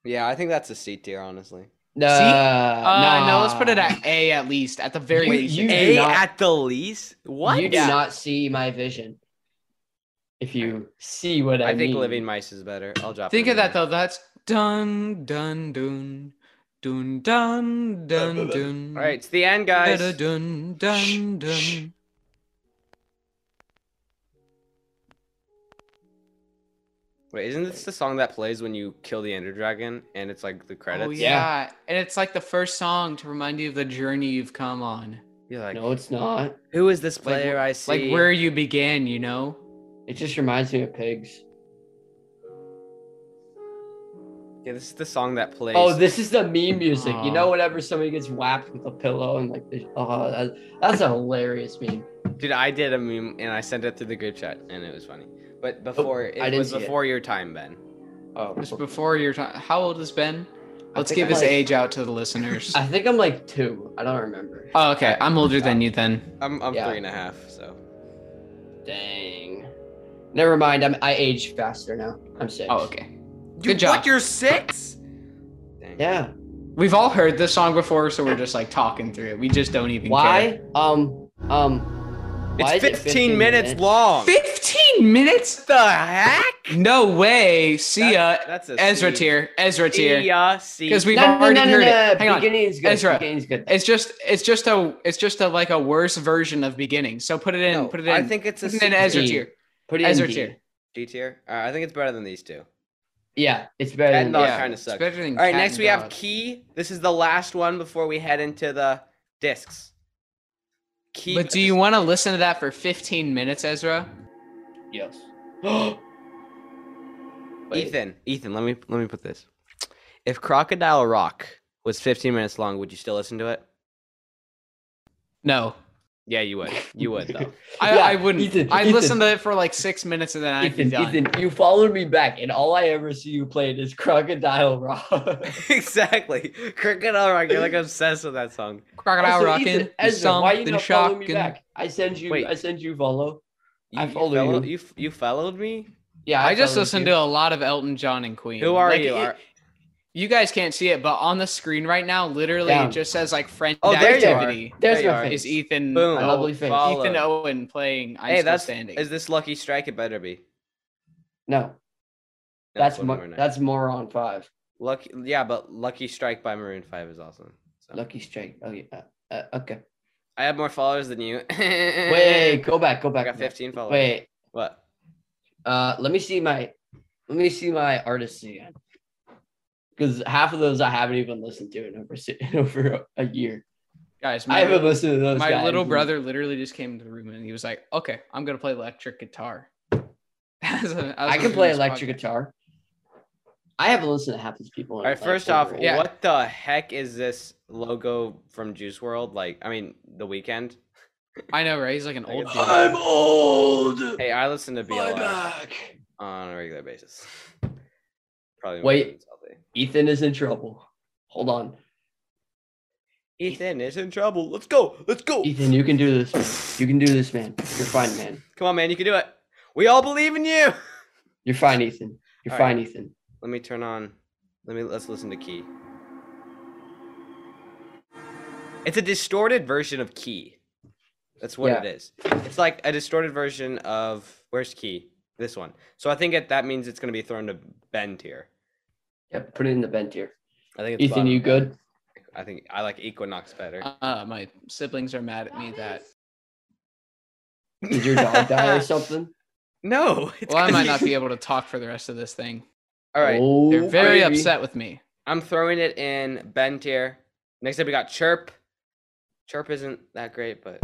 S1: Yeah, I think that's a C tier, honestly.
S3: Nah,
S2: See? Uh,
S3: nah.
S2: No, let's put it at A at least, at the very
S3: Wait,
S2: least.
S3: you-
S2: A.
S3: do not-
S1: the least. What?
S3: You do not see my vision. If you see what
S1: I
S3: I,
S1: think
S3: mean.
S1: Living Mice is better. I'll drop.
S2: Think
S1: it
S2: of
S1: in
S2: that
S1: there.
S2: though. That's dun dun dun dun dun dun dun.
S1: All right, it's the end, guys.
S2: Da- da- Dun dun dun.
S1: Wait, isn't this the song that plays when you kill the Ender Dragon and it's like the credits?
S2: Oh yeah.
S3: Yeah.
S2: and it's like the first song to remind you of the journey you've come on,
S1: You're like,
S3: No, it's not.
S1: who is this
S2: Like,
S1: player I see?
S2: like where you began. You know.
S3: It just reminds me of pigs.
S1: Yeah, this is the song that plays.
S3: Oh, this is the meme music. You know,
S2: Aw.
S3: whenever somebody gets whacked with a pillow and like, they- oh, that, that's a hilarious meme.
S1: dude, I did a meme and I sent it through the group chat and it was funny. But
S2: Oh,
S1: before it
S3: I didn't
S1: was
S3: see it.
S1: before your time, Ben.
S3: Oh,
S2: Just before your time. How old is Ben?
S1: I
S2: Let's
S1: think
S2: give
S1: I'm
S2: his
S3: like-
S2: age out to the listeners.
S3: I think I'm like two. I don't remember.
S2: oh, okay. I'm older than you then.
S1: I'm I'm
S3: Yeah.
S1: three and a half, so
S3: Dang. Never mind. I'm I age faster now. I'm six.
S2: Oh, okay. Good job.
S1: you're six? Dang.
S3: Yeah.
S2: We've all heard this song before, so we're just like talking through it. We just don't even
S3: Why? Um. Um. why
S1: It's
S3: is it
S1: 15, minutes, long.
S2: care. 15 minutes?
S1: the heck?
S2: No way. See ya.
S1: That- that's a
S2: uh, Ezra
S1: C.
S2: tier. Ezra
S1: See
S2: tier.
S1: ya, see.
S2: Because we've
S3: No, no,
S2: already
S3: no, no,
S2: heard
S3: no.
S2: it. Hang on.
S3: Beginning's good.
S2: Ezra.
S3: Beginning's good.
S2: It's just it's just a it's just a like a worse version of beginning. So put it in.
S1: No,
S2: put it in.
S1: I think it's a
S2: put
S1: C
S2: it in Ezra
S3: D.
S2: tier.
S3: Put it
S2: Ezra
S3: in D.
S2: tier.
S1: D tier. All right, I think it's better than these two.
S2: Mm,
S3: Yeah, it's
S1: Cat
S3: better. Than
S1: and dog
S2: yeah,
S1: kinda
S2: it's
S1: sucks.
S2: better than
S1: All right,
S2: Cat
S1: next
S2: and
S1: we have
S2: Dog.
S1: Key. This is the last one before we head into the discs. Key.
S2: But do you want to listen to that for 15 minutes, Ezra?
S3: Yes. Wait.
S1: Ethan? Ethan, let me let me put this. If Crocodile Rock was 15 minutes long, would you still listen to it?
S2: No,
S1: Yeah, you would. You would though.
S2: I,
S3: Yeah,
S2: I wouldn't.
S3: Ethan,
S2: I
S3: Ethan.
S2: listened to it for like six minutes and then I'd be
S3: Ethan,
S2: done.
S3: Ethan, you followed me back, and all I ever see you playing is Crocodile Rock.
S1: exactly. Crocodile Rock. You're like obsessed with that song.
S2: Crocodile
S3: Also,
S2: rocking,
S3: Ethan, Ezra, why you
S2: something
S3: not following me
S2: shocking.
S3: back? I send you.
S1: Wait.
S3: I send you follow.
S1: You,
S3: I follow
S1: follow-
S3: you.
S1: You f- you followed me.
S3: Yeah,
S2: I just
S3: followed
S2: listened
S3: you.
S2: to a lot of Elton John and Queen.
S1: Who are
S2: Like, e-
S1: you?
S2: it-
S1: Are-
S2: you guys can't see it, but on the screen right now, literally,
S3: Down.
S2: it just says like friend
S1: Oh, there you are.
S2: activity.
S3: There's
S1: There you
S3: my
S1: are.
S3: face.
S2: Is Ethan
S1: Boom.
S2: Owen-
S3: lovely face.
S1: Follow.
S2: Ethan Owen playing? I'm
S1: hey,
S2: still
S1: that's
S2: standing.
S1: Is this Lucky Strike? It better be.
S3: No,
S1: No,
S3: that's
S1: one
S3: mo-
S1: more night.
S3: that's moron five.
S1: lucky. Yeah, but Lucky Strike by Maroon Five is awesome. So.
S3: Lucky strike. Oh yeah. uh, uh, okay.
S1: I have more followers than you.
S3: Wait, go back. Go
S1: Eh. I
S3: back.
S1: got 15 followers.
S3: Wait.
S1: What?
S3: Uh, let me see my. Let me see my artists again. Because half of those I haven't even listened to in over si- in over a- a year.
S2: guys,
S3: I haven't
S2: my,
S3: listened to those.
S2: my
S3: guys.
S2: little brother literally just came into the room and he was like, "Okay, I'm gonna play electric guitar." As a- as
S3: I
S2: a
S3: can play
S2: response.
S3: electric guitar. I haven't listened to half these people.
S1: All right. First off,
S3: yeah.
S2: Yeah.
S1: what the heck is this logo from Juice World? Like, I mean, The Weekend.
S2: I know, right? He's like an old dude.
S3: I'm old.
S1: Hey, I listen to
S3: My
S1: BLR
S3: back.
S1: on a regular basis. Probably. more
S3: Wait.
S1: than it's healthy.
S3: Ethan is in trouble. Hold on,
S1: Ethan is in trouble. Let's go. Let's go.
S3: Ethan. You can do this. Man. You can do this, man. You're fine, man.
S1: Come on, man. You can do it. We all believe in you.
S3: You're fine, Ethan. You're
S1: All right.
S3: fine, Ethan.
S1: Let me turn on. Let me let's listen to Key. It's a distorted version of Key. That's what
S3: Yeah.
S1: it is. It's like a distorted version of where's Key? This one. So I think it, that means it's gonna be thrown to bend here.
S3: Yeah, put it in the bent here.
S1: I think it's
S3: Ethan,
S1: bottom.
S3: you good?
S1: I think I like Equinox better.
S2: Uh, my siblings are mad at me that.
S3: Did your dog die or something?
S1: No. It's
S2: Well, I
S1: 'cause
S2: might
S1: you-
S2: not be able to talk for the rest of this thing.
S1: All right.
S3: Oh,
S2: They're very
S3: baby.
S2: upset with me.
S1: I'm throwing it in bend here. Next up, we got chirp. Chirp isn't that great, but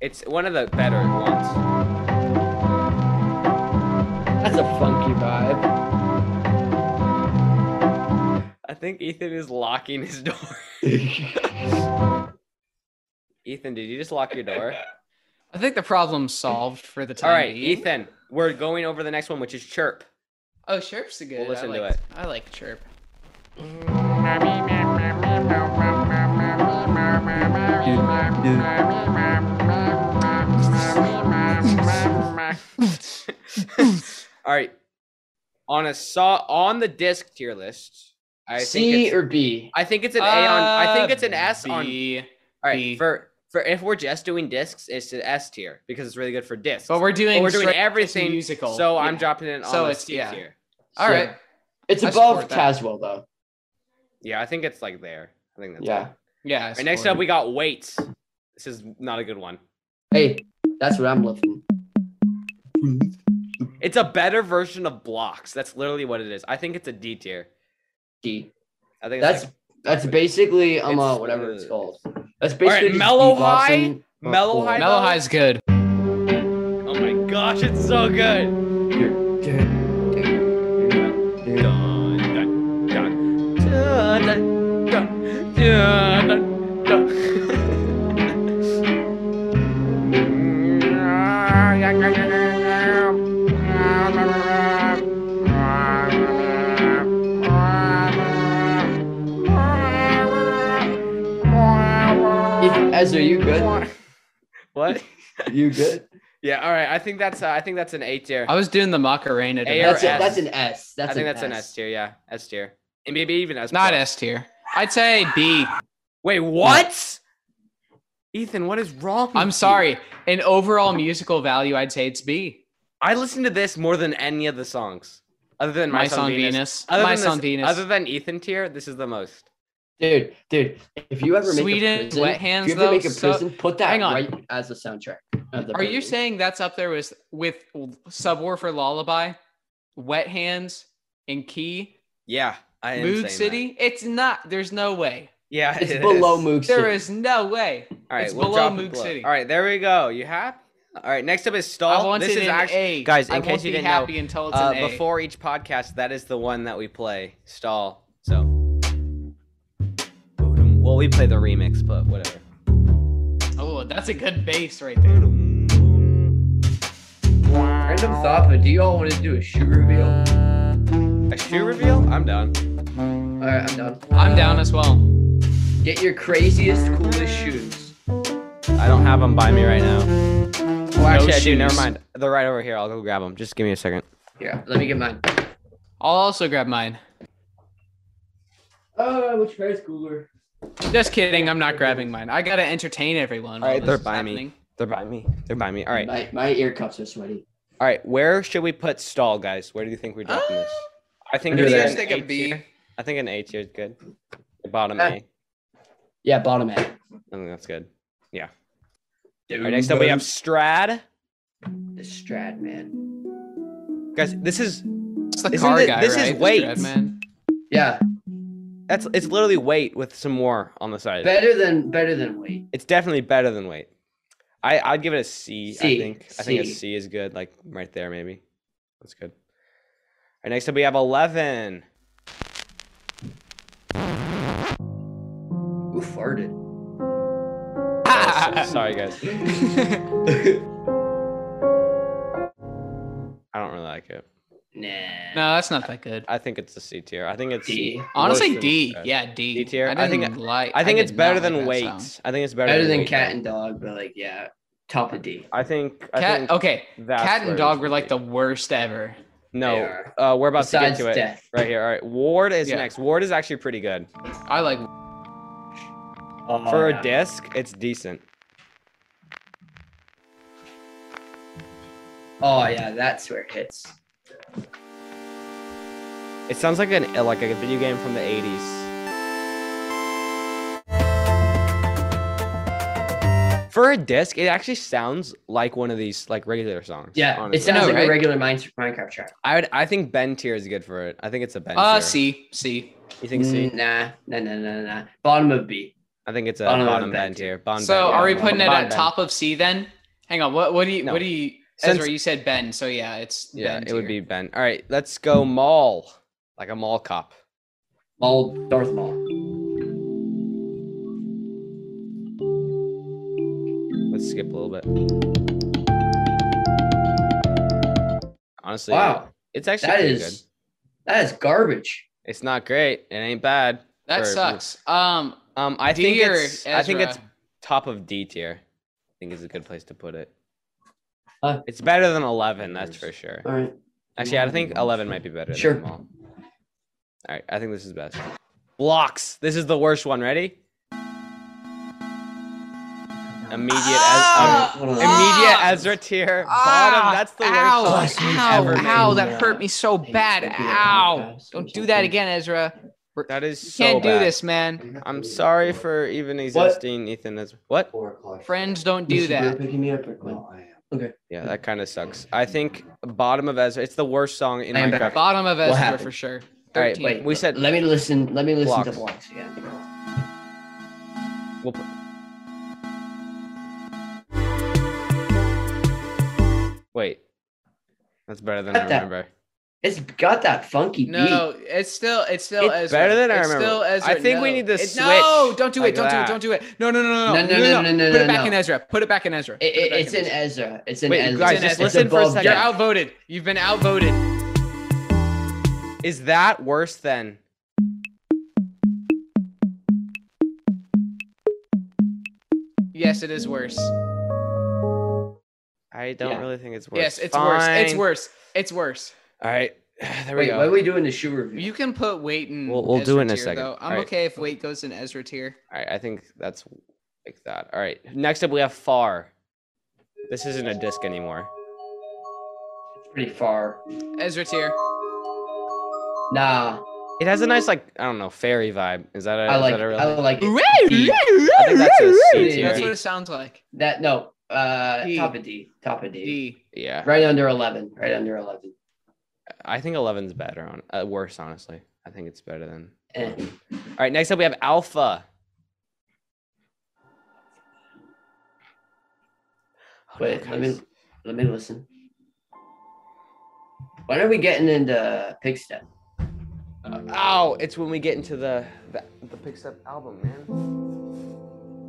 S1: it's one of the better ones.
S3: That's a funky vibe.
S1: I think Ethan is locking his door. Ethan, did you just lock your door?
S2: I think the problem's solved for the time.
S1: All right,
S2: being.
S1: Ethan, we're going over the next one, which is chirp.
S2: Oh, Chirp's a good.
S1: We'll listen
S2: I
S1: to
S2: like,
S1: it.
S2: I like Chirp.
S1: All right, on a saw on the disc tier list, I think
S3: C
S1: it's,
S3: or B?
S1: I think it's an A on. I think
S2: Uh,
S1: it's an S on.
S2: B.
S1: All right,
S2: B.
S1: for for if we're just doing discs, it's an S tier because it's really good for discs.
S2: But we're doing.
S1: But we're doing
S2: straight to
S1: everything
S2: musical.
S1: So
S2: Yeah.
S1: I'm dropping it on
S2: So
S1: the
S2: it's-
S1: C
S2: yeah.
S1: tier.
S2: All
S3: So,
S2: right.
S3: It's
S2: I
S3: above
S2: support that.
S3: Caswell though.
S1: Yeah, I think it's like there. I think that's
S3: Yeah.
S1: Right.
S2: Yeah.
S1: All right, next
S2: score.
S1: up we got weights. This is not a good one.
S3: Hey, that's what I'm looking.
S1: It's a better version of blocks. That's literally what it is. I think it's a D tier.
S3: D.
S1: I think
S3: That's
S1: it's
S3: that's basically um uh,
S1: It's,
S3: whatever it's
S1: uh,
S3: called. That's basically just
S1: Mellow
S3: beatboxing
S1: High?
S3: for
S1: Mellow
S3: four.
S1: High?
S2: Mellow High's good.
S1: like, oh my gosh, it's so good.
S3: Dude, dude, dude, dude, dude.
S1: Dun, dun, dun. Dun, dun, dun, dun,
S3: Ethan, Ezra, you good?
S1: dun. What?
S3: You good?
S1: Yeah, all right. I think that's uh, I think that's an A tier.
S2: I was doing the Macarena.
S1: A
S2: today.
S1: or
S3: That's, a,
S1: S.
S3: that's an S. That's
S1: I think
S3: an
S1: that's an S tier. Yeah, S tier, and maybe even S.
S2: Not
S1: plus.
S2: S tier. I'd say B.
S1: Wait, what? Ethan, what is wrong? with
S2: I'm
S1: you?
S2: sorry. In overall musical value, I'd say it's B.
S1: I listen to this more than any of the songs, other than my, son Venus. Other
S2: My
S1: than
S2: son
S1: this-
S2: Venus.
S1: Other than Ethan tier, this is the most.
S3: Dude, dude, if you ever make
S2: Sweden,
S3: a prison,
S2: Wet Hands,
S3: if you ever
S2: though,
S3: make a
S2: so-
S3: prison, put that
S2: hang on.
S3: right as the soundtrack. Of the
S2: Are you
S3: prison.
S2: saying that's up there with with Subwoofer Lullaby, Wet Hands, and Key,
S1: Yeah, I am saying
S2: Mood
S1: that.
S2: City? It's not. There's no way.
S1: Yeah,
S3: it's
S1: it
S3: below
S1: is.
S3: Moog City?
S2: There is no way.
S1: All right,
S2: it's
S1: we'll
S2: below
S1: drop it
S2: Moog City.
S1: All right, there we go. You happy? All right, next up is
S2: I
S1: stall.
S2: want
S1: This
S2: it
S1: is
S2: an
S1: actually
S2: A.
S1: guys, in
S2: I won't
S1: case you
S2: be
S1: didn't know,
S2: happy until it's
S1: uh,
S2: an A.
S1: before each podcast. That is the one that we play stall. So Well, we play the remix, but whatever.
S2: Oh, that's a good bass right there.
S3: Random thought, but do you all want to do a shoe reveal?
S1: A shoe reveal? I'm down.
S3: All right, I'm done.
S2: I'm down as well.
S3: Get your craziest, coolest shoes.
S1: I don't have them by me right now.
S2: No
S1: Well, actually, I do.
S2: shoes.
S1: Never mind. They're right over here. I'll go grab them. Just give me a second.
S3: Here, let me get mine.
S2: I'll also grab mine.
S3: Oh, which pair is cooler?
S2: Just kidding. I'm not grabbing mine. I gotta entertain everyone.
S1: All
S2: while
S1: right,
S2: this
S1: they're
S2: is
S1: by me.
S2: happening.
S1: They're by me. They're by me. All right.
S3: My, my ear cuffs are sweaty.
S1: All right. Where should we put stall, guys? Where do you think we're dropping this? I think
S3: Under
S1: it's
S3: there.
S1: an A tier. I think an A tier is good. The bottom
S3: Ah.
S1: A.
S3: Yeah, bottom end.
S1: I think that's good. All right. Next up, we have Strad.
S3: the Strad man.
S1: Guys, this is
S2: It's the
S1: Isn't
S2: car
S1: it-
S2: guy,
S1: this is
S2: right?
S1: weight.
S2: man.
S3: Yeah,
S1: that's it's literally weight with some more on the side.
S3: better than better than weight.
S1: It's definitely better than weight. I I'd give it a C. I
S3: C,
S1: think I think a
S3: C.
S1: C is good. Like right there, maybe. That's good. All right. Next up, we have eleven.
S3: Who farted?
S1: Oh,
S3: Ah.
S1: so- sorry, guys. I don't really like it.
S3: Nah.
S2: No, that's not that good.
S1: I think it's a C tier. I think it's
S3: D.
S2: Honestly,
S1: worse than
S2: D.
S1: Strad.
S2: Yeah, D.
S1: D tier?
S2: I,
S1: I think-
S2: didn't like.
S1: I think
S2: did
S1: it's better
S2: not like
S1: than
S2: that
S1: weight.
S2: sound.
S1: I think it's better,
S3: Better than
S1: weight,
S3: cat
S1: though.
S3: and dog, but like yeah, top of D.
S1: I think. I
S2: Cat.
S1: think
S2: Okay,
S1: that's
S2: cat
S1: where it
S2: and dog
S1: should
S2: were like
S1: be.
S2: the worst ever.
S3: They
S1: No,
S3: are.
S1: uh, we're about
S3: Besides
S1: to get to
S3: death.
S1: it right here. All right, Ward is
S2: Yeah.
S1: next. Ward is actually pretty good
S2: I like.
S1: for
S3: Oh, yeah.
S2: Oh,
S1: a disc. It's decent.
S3: Oh yeah, that's where it hits.
S1: It sounds like an like a video game from the '80s. For a disc, it actually sounds like one of these like regular songs.
S3: Yeah,
S1: honestly.
S3: it sounds
S2: No,
S3: like
S2: right?
S3: a regular Mine- Minecraft track.
S1: I would. I think Ben tier is good for it. I think it's a Ben.
S2: Uh,
S1: tier.
S2: C. C.
S1: You think C?
S3: Mm, Nah, nah, nah, nah, nah. Bottom of B.
S1: I think it's a
S3: Bottom
S1: bottom,
S3: of Ben
S1: Ben tier. Bottom
S2: So
S1: Ben,
S2: are we
S1: bottom
S2: putting it
S1: Ben,
S2: at
S1: Ben.
S2: top of C then? Hang on. What? What do you?
S1: No.
S2: What do you?
S1: Since-
S2: Ezra, you said Ben. So yeah, it's
S1: Yeah,
S2: Ben
S1: it would be
S2: tier.
S1: Ben. All right, let's go mall, like a mall cop.
S3: Mall, Darth Maul.
S1: Let's skip a little bit. Honestly,
S3: Wow,
S1: it's actually
S3: that
S1: pretty
S3: is
S1: good.
S3: that is garbage.
S1: It's not great. It ain't bad.
S2: That
S1: for-
S2: sucks. Um,
S1: Um, I
S2: D
S1: think
S2: or
S1: it's I think it's
S2: Ezra?
S1: top of D tier. I think is a good place to put it.
S3: Uh,
S1: it's better than eleven, that's for sure.
S3: All right.
S1: Actually, I think eleven might be better.
S3: Sure.
S1: Than mall. All right, I think this is best. Blocks. This is the worst one. Ready? Immediate. Ez-
S2: Ah!
S1: um,
S3: Hold on.
S1: Immediate
S2: Ah!
S1: Ezra tier
S2: Ah,
S1: bottom. That's the
S2: ow,
S1: worst song we've
S2: Ow!
S1: ever made.
S2: Ow!
S3: Yeah.
S2: That hurt me so
S3: Hey,
S2: bad.
S3: it's gonna be a
S2: Ow!
S3: podcast or
S2: Don't do that
S3: something.
S2: again, Ezra.
S1: That is
S2: You
S1: so
S2: can't do
S1: bad.
S2: this, man.
S1: I'm sorry for even existing, Ethan. As what?
S8: Four o'clock.
S2: Friends don't do that.
S3: Picking me up or Quinn?
S8: I am.
S1: Yeah, that kind of sucks. I think bottom of Ezra. It's the worst song in
S3: I am
S1: Minecraft.
S3: back.
S2: Bottom of
S3: What
S2: Ezra
S3: happened?
S2: for sure.
S1: All right,
S2: Thirteen.
S3: Wait,
S1: We said-
S3: Let me listen. Let me listen
S1: Blocks.
S3: to blocks again.
S1: We'll put- Wait, that's better than I
S3: Cut that.
S1: remember.
S3: It's got that funky
S2: No, it's still it's still
S1: It's
S2: Ezra.
S1: better than I
S2: It's
S1: remember.
S2: Still Ezra.
S1: I think we
S2: no.
S1: need to
S2: It- No,
S1: switch
S2: don't do it.
S1: like
S2: Don't
S1: that.
S2: do it. Don't do it. No, no, no, no,
S3: No, no, no, no, no,
S2: Put it
S3: no,
S2: back
S3: no.
S2: in Ezra. Put it back in Ezra.
S3: beat.
S2: Put it
S3: It,
S2: back
S3: it's
S2: in
S3: in
S2: Ezra.
S3: Ezra. It's in
S1: Wait,
S3: Ezra.
S1: guys,
S2: It's in
S1: just
S2: Ezra.
S1: listen for a
S3: above
S1: second.
S2: You're
S3: Jeff.
S2: outvoted. You've been outvoted.
S1: Is that worse than?
S2: Yes, it is worse.
S1: I don't
S3: Yeah.
S1: really think it's worse.
S2: Yes, it's worse. It's
S1: Fine.
S2: worse. It's worse.
S1: All right, there we
S3: Wait,
S1: go.
S3: what are we doing the shoe review?
S2: You can put weight in.
S1: We'll- we'll
S2: Ezra
S1: do it in a
S2: tier,
S1: second.
S2: Though. I'm
S1: Alright.
S2: okay if weight goes in Ezra tier.
S1: All right, I think that's like that. All right, next up we have Far. This isn't a disc anymore.
S3: pretty far.
S2: Ezra tier.
S3: Nah,
S1: It has a nice like I don't know fairy vibe. Is that a,
S3: I
S1: is
S3: like.
S1: that a real
S3: I
S1: thing?
S3: like it.
S1: I think that's a C
S3: Yeah.
S1: tier.
S2: That's what it sounds like.
S3: that. No, uh,
S2: D.
S3: top of D, top of D.
S2: D.
S1: Yeah,
S3: right under eleven, right under eleven.
S1: I think 11's better on uh, worse honestly. I think it's better than.
S3: Eh.
S1: All right, next up we have Alpha. Oh, no,
S3: Wait, let
S1: guys.
S3: me let me listen. When are we getting into pig step?
S1: oh, Uh, ow! It's when we get into the the, the Pixar album, man.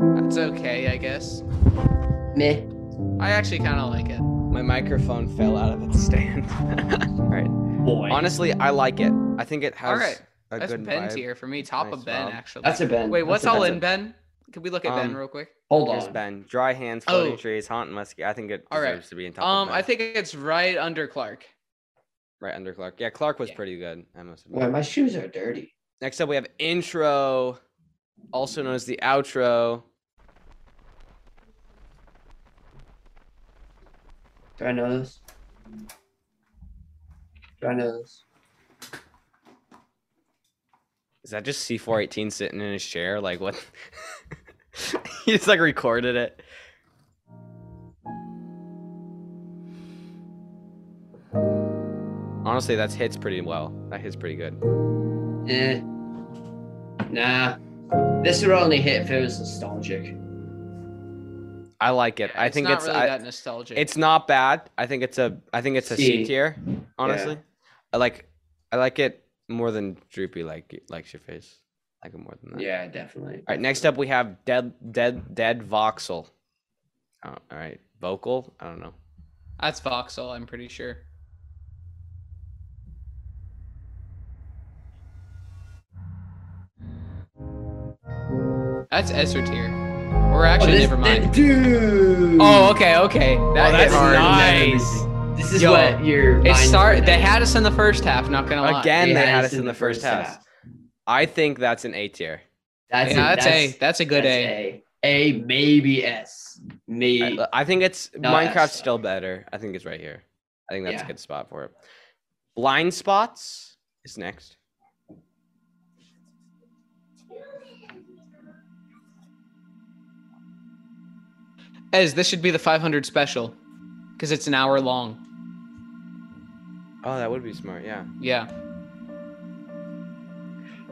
S2: It's okay, I guess.
S3: Meh.
S2: I actually kind of like it.
S1: My microphone fell out of its stand. All right.
S3: Boy.
S1: Honestly, I like it. I think it has
S2: All right.
S1: a
S2: That's
S1: good
S2: Ben
S1: vibe.
S2: tier for me. Top
S1: Nice
S2: of Ben,
S1: job.
S2: actually.
S3: That's a Ben.
S2: Wait,
S3: That's
S2: what's
S3: a
S2: all
S3: Ben.
S2: in Ben? Can we look at Ben
S1: Um,
S2: real quick?
S3: Hold
S1: Here's
S3: on.
S1: Ben. Dry hands, floating
S2: Oh.
S1: trees, haunt muskie. I think it
S2: All right.
S1: deserves to be in top. of
S2: Um,
S1: Ben.
S2: I think it's right under Clark.
S1: right under Clark. Yeah, Clark was
S2: Yeah.
S1: pretty good. I must admit.
S3: Boy, my shoes are dirty.
S1: Next up, we have intro, also known as the outro.
S3: Do I know this? Do I know this?
S1: Is that just C418 sitting in his chair? Like what? he just like recorded it. Honestly, that's hits pretty well. That hits pretty good.
S3: Eh. Nah. This would only hit if it was nostalgic.
S1: I like it. I
S2: it's
S1: think
S2: not
S1: it's
S2: really
S1: I-
S2: that nostalgic.
S1: it's not bad. I think it's a I think it's a C
S3: C.
S1: tier. Honestly, I like I like it more than Droopy like likes your face. I like it more than that.
S3: Yeah, definitely.
S1: All right, next up we have Dead Dead Dead Voxel. Oh, all right, vocal. I don't know.
S2: that's Voxel. I'm pretty sure. That's Esser tier. Or
S3: Oh,
S2: actually,
S3: this-
S2: never mind.
S3: thi- dude.
S2: Oh, okay, okay. That
S1: Oh,
S2: hit
S1: that's
S2: hard.
S1: nice.
S3: This is
S2: Yo,
S3: what your.
S2: It
S3: mind
S2: started.
S3: went
S2: They
S3: at.
S2: had us in the first half. Not gonna lie.
S1: Again,
S3: They
S1: they
S3: had
S1: had
S3: us
S1: us in the first half.
S3: half.
S1: I think that's an A tier.
S3: That's
S2: yeah,
S3: a,
S2: that's, a. That's a good
S3: that's
S2: A.
S3: A. A, maybe S. Maybe.
S1: I, I think it's
S3: E. No, that's
S1: Minecraft's
S3: not-
S1: still better. I think it's right here. I think that's
S3: Yeah.
S1: a good spot for it. Blind spots is next.
S2: Ez, this should be the 500 special, because it's an hour long.
S1: Oh, that would be smart. Yeah.
S2: Yeah.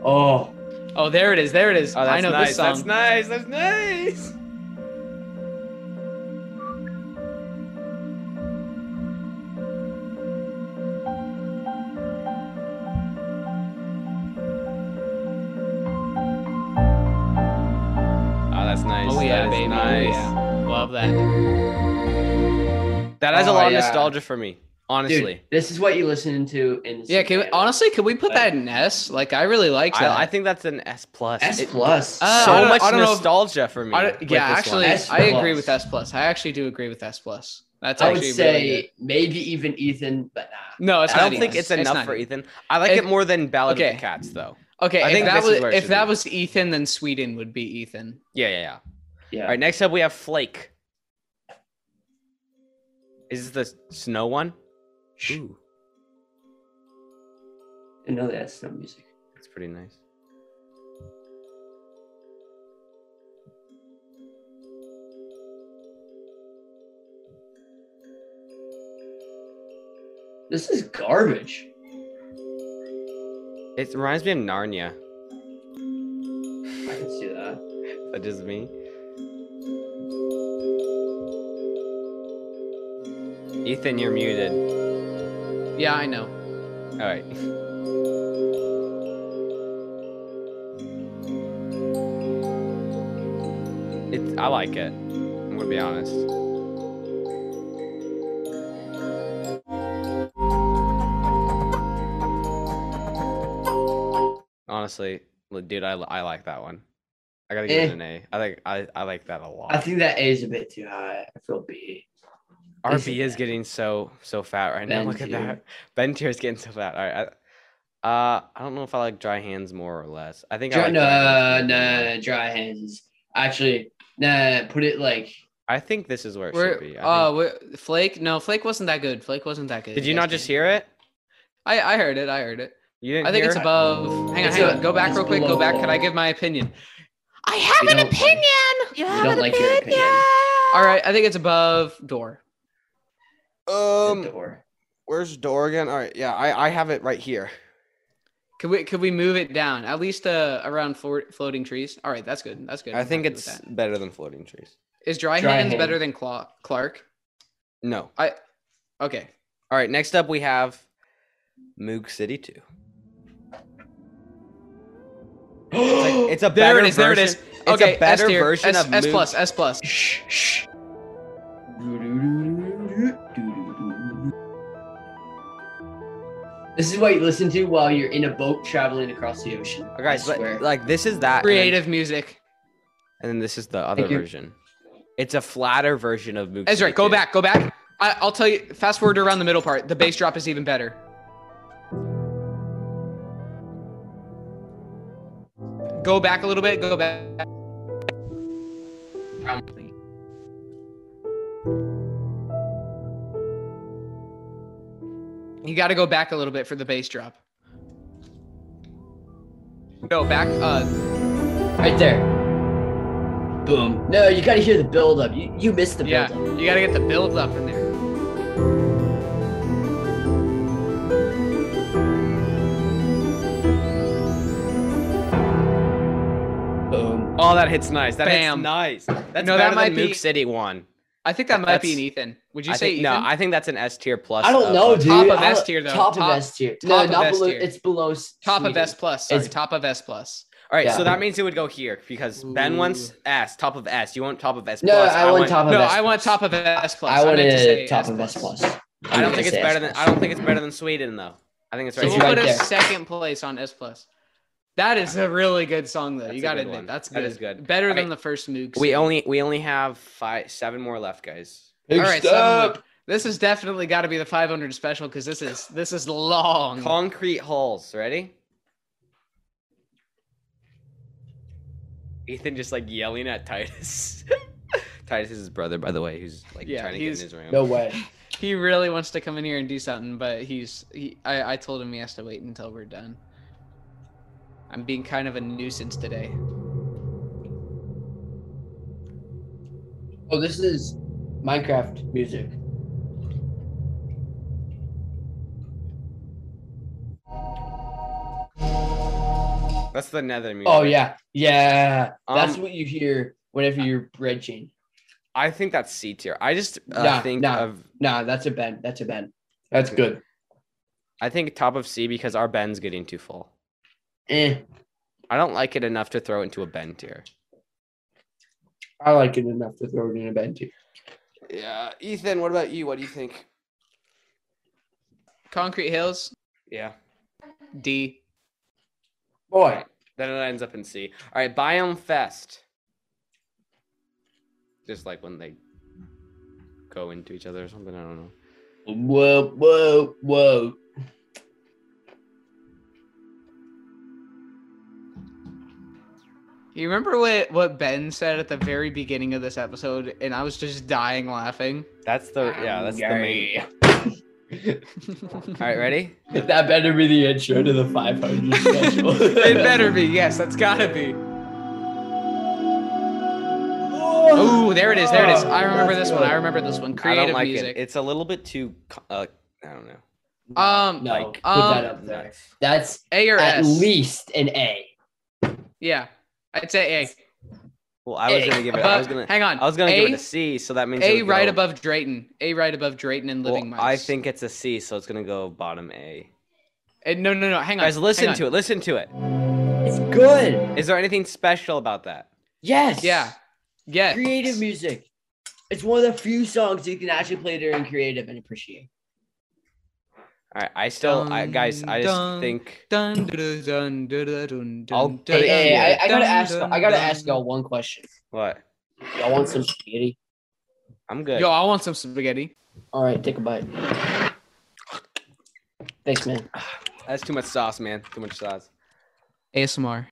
S3: oh,
S2: Oh, there it is. There it is.
S1: Oh, that's
S2: I know
S1: nice.
S2: this song.
S1: That's nice. That's nice. Oh, that's nice.
S2: Oh
S1: That
S2: yeah,
S1: is
S2: baby.
S1: Nice.
S2: Oh, yeah. Love that.
S1: That has a
S3: Oh,
S1: lot of
S3: yeah.
S1: nostalgia for me, honestly.
S3: dude, this is what you listen to in. the
S2: Yeah. Can we,
S3: Savannah.
S2: honestly, could we put that in S? Like, I really like that.
S1: I, I think that's an S plus.
S3: S
S1: It-
S3: plus.
S2: Uh,
S1: so
S2: I don't-
S1: much
S2: I don't know if-
S1: nostalgia for me.
S2: I don't-
S1: with
S2: yeah,
S1: this one.
S2: actually,
S3: S
S2: I agree with
S3: plus.
S2: S plus. I actually do agree with S plus. That's
S3: I would
S2: actually
S3: say
S2: really good.
S3: maybe even Ethan, but nah.
S2: No, it's
S1: I
S2: not
S1: don't think
S2: even.
S1: it's enough
S2: not
S1: for
S2: even.
S1: Ethan. I like
S2: If-
S1: it more than Ballad of
S2: Okay.
S1: the Cats, though.
S2: Okay,
S1: I
S2: if
S1: think
S2: that
S1: this is
S2: was
S1: where it
S2: if
S1: should
S2: that
S1: be.
S2: was Ethan, then Sweden would be E Ethan.
S1: Yeah, yeah, yeah.
S3: Yeah.
S1: All right, next up we have Flake. Is this the snow one?
S3: Shh.
S1: Ooh,
S3: I know that's no music.
S1: that's pretty nice.
S3: This is garbage.
S1: It reminds me of Narnia.
S3: I can see that.
S1: That is me. Ethan, you're muted.
S2: Yeah, I know.
S1: All right. It's, I like it. I'm gonna be honest. Honestly, li- dude, I, li- I like that one. I gotta give it
S3: Eh.
S1: an A. I think I, I like that a lot.
S3: I think that A is a bit too high. I feel B.
S1: RB is getting so so fat right now.
S3: Ben
S1: Look at
S3: tier.
S1: that. Ben tier is getting so fat. All right. I, uh, I don't know if I like dry hands more or less. I think I
S3: Dry,
S1: like
S3: no,
S1: dry
S2: uh,
S1: hands more.
S3: no, dry hands. is- Actually, nah, put it like.
S1: I think this is where it should
S2: We're,
S1: be. I
S2: uh, we're, Flake. No, Flake wasn't that good. Flake wasn't that good.
S1: think- Did you not just hear it?
S2: I I heard it. I heard it.
S1: You didn't
S2: I think
S1: hear
S2: it's
S1: it?
S2: above. Hang on,
S3: It's
S2: hang
S3: a-
S2: on. Go back
S3: it's
S2: real quick. Go
S3: below
S2: back. Can I
S3: low.
S2: give my opinion?
S7: I have
S3: We
S7: an
S3: don't-
S7: opinion. You have
S3: don't
S7: an
S3: like your
S7: opinion.
S3: opinion.
S2: All right, I think it's above door.
S3: the door.
S1: Um, where's door again? All right, yeah, I, I have it right here.
S2: Could we could we move it down at least uh, around floor, floating trees? All right, that's good. That's good.
S1: I
S2: I'm
S1: think
S2: happy with
S1: it's
S2: that.
S1: better than floating trees.
S2: is dry,
S3: Dry
S2: hands
S3: hand.
S2: better than Cla- Clark.
S1: No.
S2: Okay,
S1: All right, next up we have Moog City 2. It's, like- it's a
S2: there
S1: better
S2: it is. There it is.
S1: version- it's okay,
S2: a
S1: better
S2: S tier.
S1: version
S2: S,
S1: of
S2: S
S1: Moon-
S2: plus. S plus.
S3: Shh, shh. This is what you listen to while you're in a boat traveling across the ocean.
S1: Oh, guys,
S3: I
S1: like-
S3: swear.
S1: like this is that and then-
S2: Creative music.
S1: and then, this is the other
S3: Thank you.
S1: version. It's a flatter version of Moon.
S2: Ezra, go back. Go back. I, I'll tell you. Fast forward to around the middle part. The bass drop is even better. Go back a little bit. Go back. You got to go back a little bit for the bass drop. No, back. Uh,
S3: right there. Boom. No, you gotta hear the buildup. You you missed the
S2: yeah,
S3: buildup.
S2: you got to get the build up in there.
S3: Boom.
S1: Oh, that hits nice. That
S2: Bam.
S1: hits nice. That's
S2: No,
S1: better
S2: that
S1: than
S2: might be-
S1: Mook City one.
S2: I think that might be
S1: That's-
S2: an Ethan. Would you
S1: I
S2: say
S1: think,
S2: Ethan?
S1: no, I think that's an S tier plus.
S3: I don't
S1: of-
S3: know,
S1: of-
S3: dude.
S2: Uh, top of
S3: I don't-
S2: S tier, though.
S3: Top,
S2: Top-
S3: of S tier.
S2: top
S3: No,
S2: of
S3: not
S2: S
S3: below.
S2: tier.
S3: It's below. s-
S2: Top of
S3: Sweden.
S2: S plus. Sorry,
S3: It's-
S2: top of S plus.
S1: All right,
S3: Yeah.
S1: so that means it would go here because Ben wants
S2: Ooh.
S1: S, top of S. You want top of S
S3: No,
S1: plus.
S3: I, want top of
S2: No,
S3: S.
S2: I want
S3: plus.
S2: top of S plus.
S3: I
S2: meant to say
S3: wanted top
S2: S
S3: of S plus.
S1: I don't think it's better than. I don't think it's better than Sweden though. I think it's
S2: So
S1: right.
S2: we'll
S3: It's
S1: here.
S2: put a
S3: there.
S2: second place on S plus. That is a really good song though.
S1: That's
S2: you
S1: a
S2: gotta
S1: good
S2: admit
S1: one.
S2: that's good.
S1: That is good.
S2: Better
S1: All
S2: than
S1: right.
S2: the first Moogs.
S1: We only we only have five seven more left, guys.
S3: Big
S2: All right, so I'm
S3: step.
S2: like- this has definitely got to be the 500 special because this is this is long.
S1: Concrete halls, ready? Ethan just like yelling at Titus. Titus is his brother, by the way, who's like
S2: Yeah,
S1: trying to
S2: he's-
S1: get in his room.
S3: no way.
S2: He really wants to come in here and do something, but he's he. I, I told him he has to wait until we're done. I'm being kind of a nuisance today.
S3: Oh, this is Minecraft music.
S1: That's the nether music.
S3: Oh yeah, yeah. That's
S1: Um,
S3: what you hear whenever you're bridging.
S1: I think that's C tier. I just uh,
S3: Nah,
S1: think
S3: nah.
S1: of
S3: Nah, that's a Ben. That's a Ben. That's good.
S1: I think top of C because our Ben's getting too full.
S3: Eh,
S1: I don't like it enough to throw into a Ben tier.
S3: I like it enough to throw it in a Ben too.
S1: Yeah, Ethan, what about you? What do you think?
S2: Concrete Hills
S1: Yeah,
S2: D.
S3: Boy,
S1: then it ends up in C. All right, Biome Fest. Just like when they go into each other or something. I don't know.
S3: whoa, whoa, whoa.
S2: You remember what what Ben said at the very beginning of this episode, and I was just dying laughing.
S1: That's the yeah. That's the main.
S3: Gary.
S1: All right, ready?
S3: That better be the intro to the 500 special.
S2: it better be yes, that's gotta be. Oh, there it is, there it is. I remember this one. I remember this one. Creative
S1: I don't like
S2: music.
S1: it. It's a little bit too. co- Uh, I don't know.
S2: um,
S3: no,
S1: like,
S3: put
S2: um,
S3: that up there.
S1: Nuts.
S3: That's
S2: A or
S3: at
S2: S?
S3: least an A.
S2: Yeah, I'd say A.
S1: Well, I was
S3: Hey,
S1: gonna give it.
S2: Above-
S1: I was gonna.
S2: hang on.
S1: I was gonna
S2: a,
S1: give it a C, so that means it
S2: A
S1: would
S2: right
S1: go-
S2: above Drayton. A right above Drayton and Living
S1: well,
S2: Mice.
S1: I think it's a C, so it's gonna go bottom A.
S2: And Eh, no, no, no. Hang on.
S1: Guys, listen
S2: hang
S1: to it. Listen to it.
S3: It's good.
S1: Is there anything special about that?
S3: Yes.
S2: Yeah. Yeah.
S3: Creative music. It's one of the few songs you can actually play during creative and appreciate.
S1: All right, I still, I, guys, I just
S2: Dun, dun.
S1: think
S2: Dun, dun, dun, dun, dun, dun,
S1: I'll
S2: dun,
S1: put
S3: Hey,
S1: it-
S2: dun,
S3: hey, hey, I, I gotta
S2: dun,
S3: ask. y'all- I gotta
S2: dun,
S3: ask y'all one question.
S1: what
S3: Y'all want some spaghetti?
S1: I'm good.
S2: Yo, I want some spaghetti.
S3: All right, take a bite. Thanks, man.
S1: Uh, That's too much sauce, man. Too much sauce.
S2: ASMR.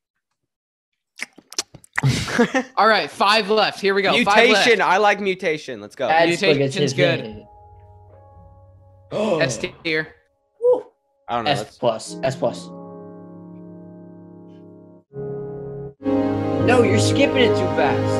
S2: All right, five left. Here we go. Five left.
S1: mutation. I like mutation. Let's go.
S3: Add
S2: mutation's
S3: spaghetti.
S2: good.
S3: Oh.
S2: S tier.
S3: Woo.
S1: I don't know.
S3: S
S1: Let's,
S3: plus. S plus. No, you're skipping it too fast.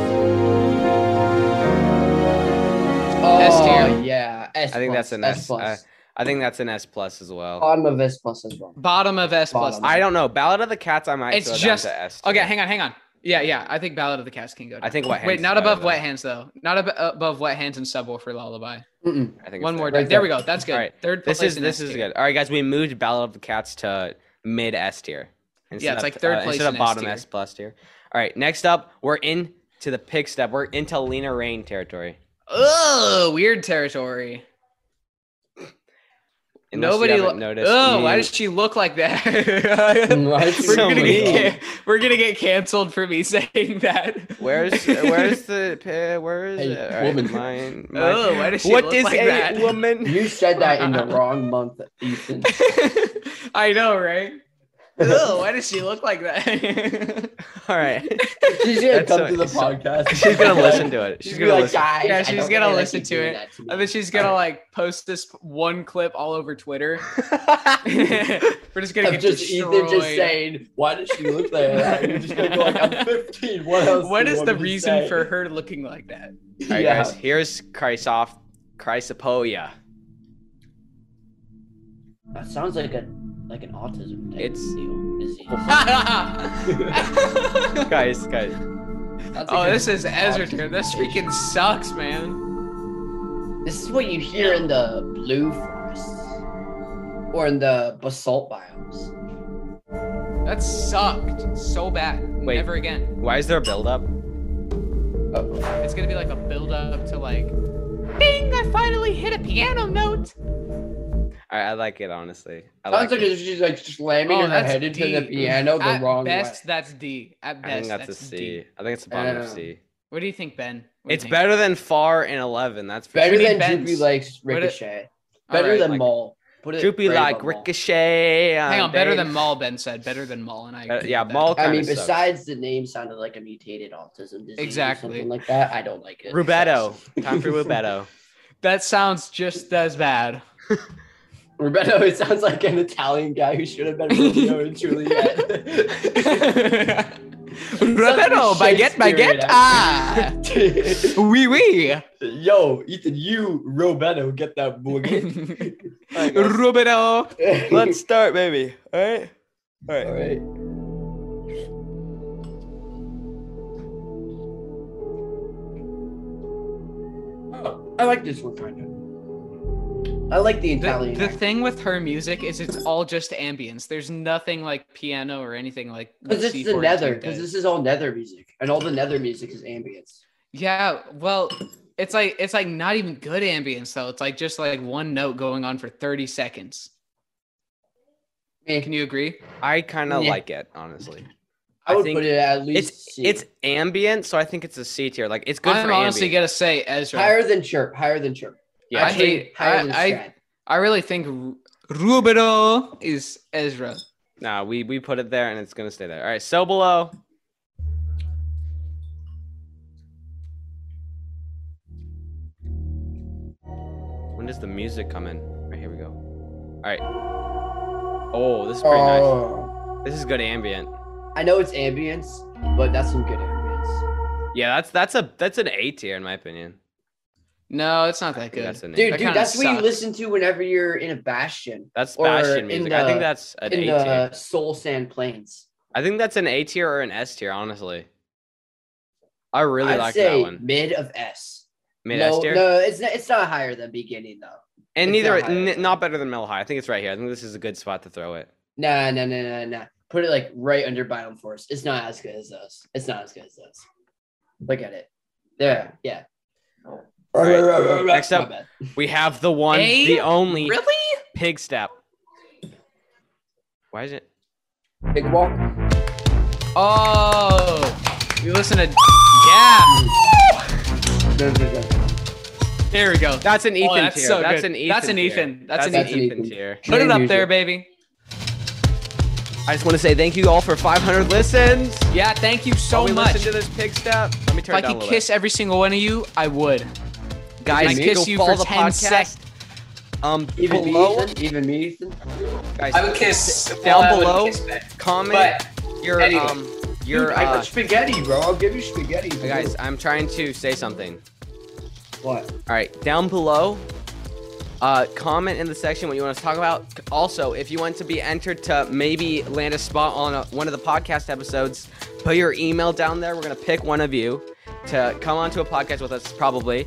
S3: Oh
S2: S tier.
S3: yeah, S
S1: I think
S3: plus,
S1: that's an S,
S3: plus.
S1: uh, I think that's an S plus as well.
S3: Bottom of S plus as well.
S2: Bottom of S plus.
S3: Bottom.
S1: I don't know. Ballad of the Cats. I might.
S2: It's
S1: throw
S2: just-
S1: down to S.
S2: Okay,
S1: tier.
S2: hang on, hang on. Yeah, yeah. I think Ballad of the Cats can go. Down.
S1: I think Wet
S2: Wait,
S1: Hands
S2: not
S1: is better,
S2: above
S1: though.
S2: Wet Hands though. Not ab- above Wet Hands and Subwoofer Lullaby.
S3: Mm-mm.
S1: I think
S2: One more.
S1: There.
S2: There. there we go. That's good.
S1: All right.
S2: Third.
S1: This
S2: place
S1: is
S2: in
S1: this
S2: S
S1: is
S2: tier.
S1: good. All right, guys, we moved Ballad of the Cats to mid S tier. instead
S2: it's
S1: of- uh,
S2: like third place
S1: instead of
S2: in S
S1: bottom
S2: tier.
S1: S plus tier. All right, next up, we're in to the pig step. We're into Lena Rain territory.
S2: Oh, weird territory.
S1: Unless you
S2: Nobody
S1: haven't
S2: lo-
S1: noticed.
S2: Oh,
S1: me
S2: why
S1: and-
S2: does she look like that? we're
S1: So
S2: gonna
S1: mean.
S2: get can- we're gonna get canceled for me saying that.
S1: Where's where's the pi- where is
S3: Hey,
S1: it? All right,
S3: woman.
S1: mine- mine.
S2: oh, why does she
S1: what
S2: look
S1: is
S2: like
S1: a
S2: that?
S1: woman?
S3: You said that in the wrong month, Ethan.
S2: I know, right? Oh, why does she look like that?
S1: All right,
S3: She's gonna
S1: That's
S3: come
S1: so-
S3: to the
S1: so-
S3: podcast.
S1: she's gonna listen to it. She's gonna listen.
S3: Guys,
S2: Yeah,
S3: I
S2: she's
S3: don't
S2: gonna
S3: really
S2: listen
S3: you
S2: to
S3: doing
S2: it.
S3: that to me."
S2: I bet she's gonna like post this one clip all over Twitter. We're just gonna
S3: I'm
S2: get
S3: just
S2: destroyed.
S3: Ethan just saying, why does she look like that? You're just gonna go like, I'm 15. What else?
S2: what
S3: do you
S2: is
S3: want
S2: the
S3: me to
S2: reason
S3: say?"
S2: for her looking like that?
S1: All right,
S3: yeah.
S1: guys. Here's Chrysof, Chrysopoia.
S3: That sounds like a like an autism. Type
S1: It's-
S3: deal. disease.
S1: Guys, guys.
S3: Sounds
S2: oh,
S3: like a-
S2: this is Ezra turn. This freaking sucks, man.
S3: This is what you hear in the blue forests or in the basalt biomes.
S2: That sucked so bad.
S1: Wait.
S2: Never again.
S1: Why is there a buildup?
S2: It's gonna be like a build up to like, ding! I finally hit a piano note.
S1: All right, I like it honestly. I
S3: Sounds
S1: like
S3: like
S1: it.
S3: if she's like slamming
S2: Oh,
S3: her
S2: that's
S3: head into the
S2: deep.
S3: piano the
S2: At
S3: wrong
S2: best,
S3: way.
S2: that's D. At best,
S1: I think that's, a C. I
S2: D.
S1: think it's the bottom of
S3: Uh,
S1: C.
S2: What do you think, Ben? What do you
S1: It's
S2: think?
S1: better than far and eleven. That's for
S3: Better
S1: sure.
S2: Pretty
S3: than
S2: bends.
S3: Droopy Lake's
S2: What it-
S3: Ricochet.
S2: All
S3: Better
S2: right,
S3: than
S1: like-
S3: Maul. Put it
S1: Droopy
S3: right
S1: like
S3: above Maul.
S1: ricochet. um,
S2: Hang on, better than
S1: baby.
S2: Maul. Ben said better than Maul, and I.
S1: Uh,
S2: agree
S1: yeah,
S2: with that.
S1: Maul-
S3: I
S1: kinda
S3: mean,
S1: sucks.
S3: besides the name sounded like a mutated autism disease
S2: Exactly.
S3: or something like that. I don't like it.
S1: Rubetto.
S3: It sucks.
S1: Time for Rubetto.
S2: That sounds just as bad.
S3: Rubetto. It sounds like an Italian guy who should have been Romeo and Juliet.
S2: Roberto, baguette, baguette,
S3: Shakespearean
S2: ah, oui, oui.
S3: Yo, Ethan, you Roberto, get that boogie.
S2: Roberto.
S1: Let's start, baby. All right. All right.
S3: All right. Oh, I like this one kind of. I like
S2: The,
S3: the Italian.
S2: the
S3: accent.
S2: thing with her music is it's all just ambience. There's nothing like piano or anything like. what
S3: Because it's the
S2: C42
S3: nether.
S2: does.
S3: Because this is all nether music, and all the nether music is ambience.
S2: Yeah, well, it's like it's like not even good ambience though. It's like just like one note going on for 30 seconds.
S3: Man,
S2: Can you agree?
S1: I kind of
S3: Yeah.
S1: like it, honestly.
S3: I
S1: I
S3: would
S1: think
S3: put it at least
S1: It's
S3: C.
S1: it's ambient, so I think it's a C tier. Like it's good
S2: I'm
S1: for
S2: honestly
S1: ambient.
S2: gonna say Ezra.
S3: higher than chirp. Higher than chirp.
S1: Yeah.
S2: I hate. I, I,
S3: Strat.
S2: I really think Ru- Rubido is Ezra.
S1: Nah, we we put it there and it's gonna stay there. All right, so below. When does the music come in? All right, here we go. All right. Oh, this is pretty
S3: Oh,
S1: nice. This is good ambient.
S3: I know it's ambience, but that's some good ambience.
S1: Yeah, that's that's a that's an A tier in my opinion.
S2: No, it's not that
S1: I think
S2: good.
S1: That's an A.
S3: Dude,
S2: That
S3: dude,
S2: kinda
S3: that's what you
S2: sucks.
S3: listen to whenever you're in a bastion
S1: That's
S3: or
S1: Bastion
S3: in
S1: music. I think
S3: the-
S1: that's an
S3: in
S1: A
S3: the
S1: tier.
S3: Soul Sand Plains.
S1: I think that's an A tier or an S tier, honestly. I really
S3: I'd
S1: like
S3: say
S1: that one.
S3: mid of S.
S1: Mid
S3: no,
S1: S tier.
S3: no, it's not. It's not higher than beginning though.
S1: And
S3: It's
S1: neither
S3: not higher.
S1: n- not better than Mel High. I think it's right here. I think this is a good spot to throw it.
S3: Nah, nah, nah, nah, nah. Put it like right under Biome Force. It's not as good as those. It's not as good as those. Look at it. There. Yeah.
S1: right, next up.
S3: My bad.
S1: We have the one,
S2: A?
S1: the only
S2: Really?
S1: pig step. Why is it?
S3: Big Walk.
S2: Oh, you listen to. Yeah,
S3: No, no, no.
S2: there we go.
S1: That's an Ethan
S2: Oh, that's
S1: tier.
S2: so
S1: that's
S2: good.
S1: an Ethan.
S2: That's an
S1: tier.
S2: Ethan. That's an
S3: Ethan.
S1: tier.
S2: Put it up
S3: Unusual.
S2: there, baby.
S1: I just want to say thank you all for 500 listens.
S2: Yeah, thank you so
S1: While we
S2: much.
S1: Listen to this pig step. Let me
S2: If
S1: turn
S2: I
S1: it down a
S2: could
S1: little
S2: kiss every single one of you, I would.
S1: bit. guys.
S2: I kiss
S1: go
S2: you
S1: follow
S2: for
S1: the
S2: 10
S1: podcast.
S2: sec.
S1: Um,
S3: Even
S1: below,
S3: me, Ethan. Even me, Ethan.
S1: guys,
S8: I would kiss
S1: down
S8: well, I wouldn't
S1: below.
S8: kiss back,
S1: comment
S8: but
S1: your
S8: anyway.
S1: um your
S3: Dude, I
S1: uh,
S3: got spaghetti, bro. I'll give you spaghetti. bro.
S1: guys. I'm trying to say something.
S3: What?
S1: All right, down below, uh, comment in the section what you want us to talk about. Also, if you want to be entered to maybe land a spot on a, one of the podcast episodes, put your email down there. We're gonna pick one of you to come onto a podcast with us, probably.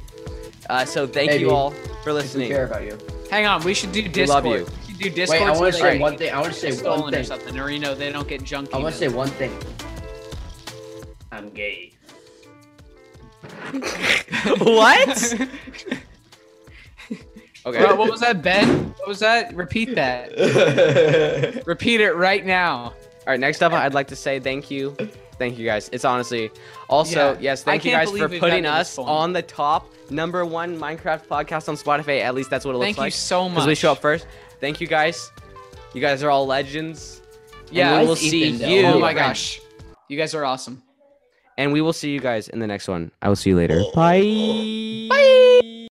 S1: Uh, so thank
S3: Maybe.
S1: you all for
S3: I don't
S1: listening.
S3: care about you.
S2: Hang on, we should do
S1: We love
S2: Discord.
S1: you.
S2: should do Discord.
S3: Wait, I
S2: where
S3: want
S2: they
S3: to say
S2: get
S3: one thing. I want to say one
S2: stolen or
S3: thing.
S2: something, or you know they don't get junk.
S3: I want
S2: emails.
S3: to say one thing. I'm gay.
S6: what?
S1: Okay.
S2: Bro, what was that, Ben? What was that? Repeat that. Repeat it right now.
S1: All right, next up, I'd like to say thank you. Thank you guys. It's honestly also,
S2: Yeah.
S1: yes,
S2: I
S1: thank you
S2: can't
S1: guys
S2: believe
S1: for
S2: we've
S1: putting
S2: gotten to this
S1: us
S2: point.
S1: on the top number one Minecraft podcast on Spotify. At least that's what it looks
S2: Thank you
S1: like.
S2: so much.
S1: Because we show up first. Thank you guys. You guys are all legends.
S2: Yeah.
S1: And we will
S3: Nice
S1: see
S3: Ethan, though.
S1: you.
S2: oh my gosh, you guys are awesome.
S1: And we will see you guys in the next one. I will see you later. Bye. Bye.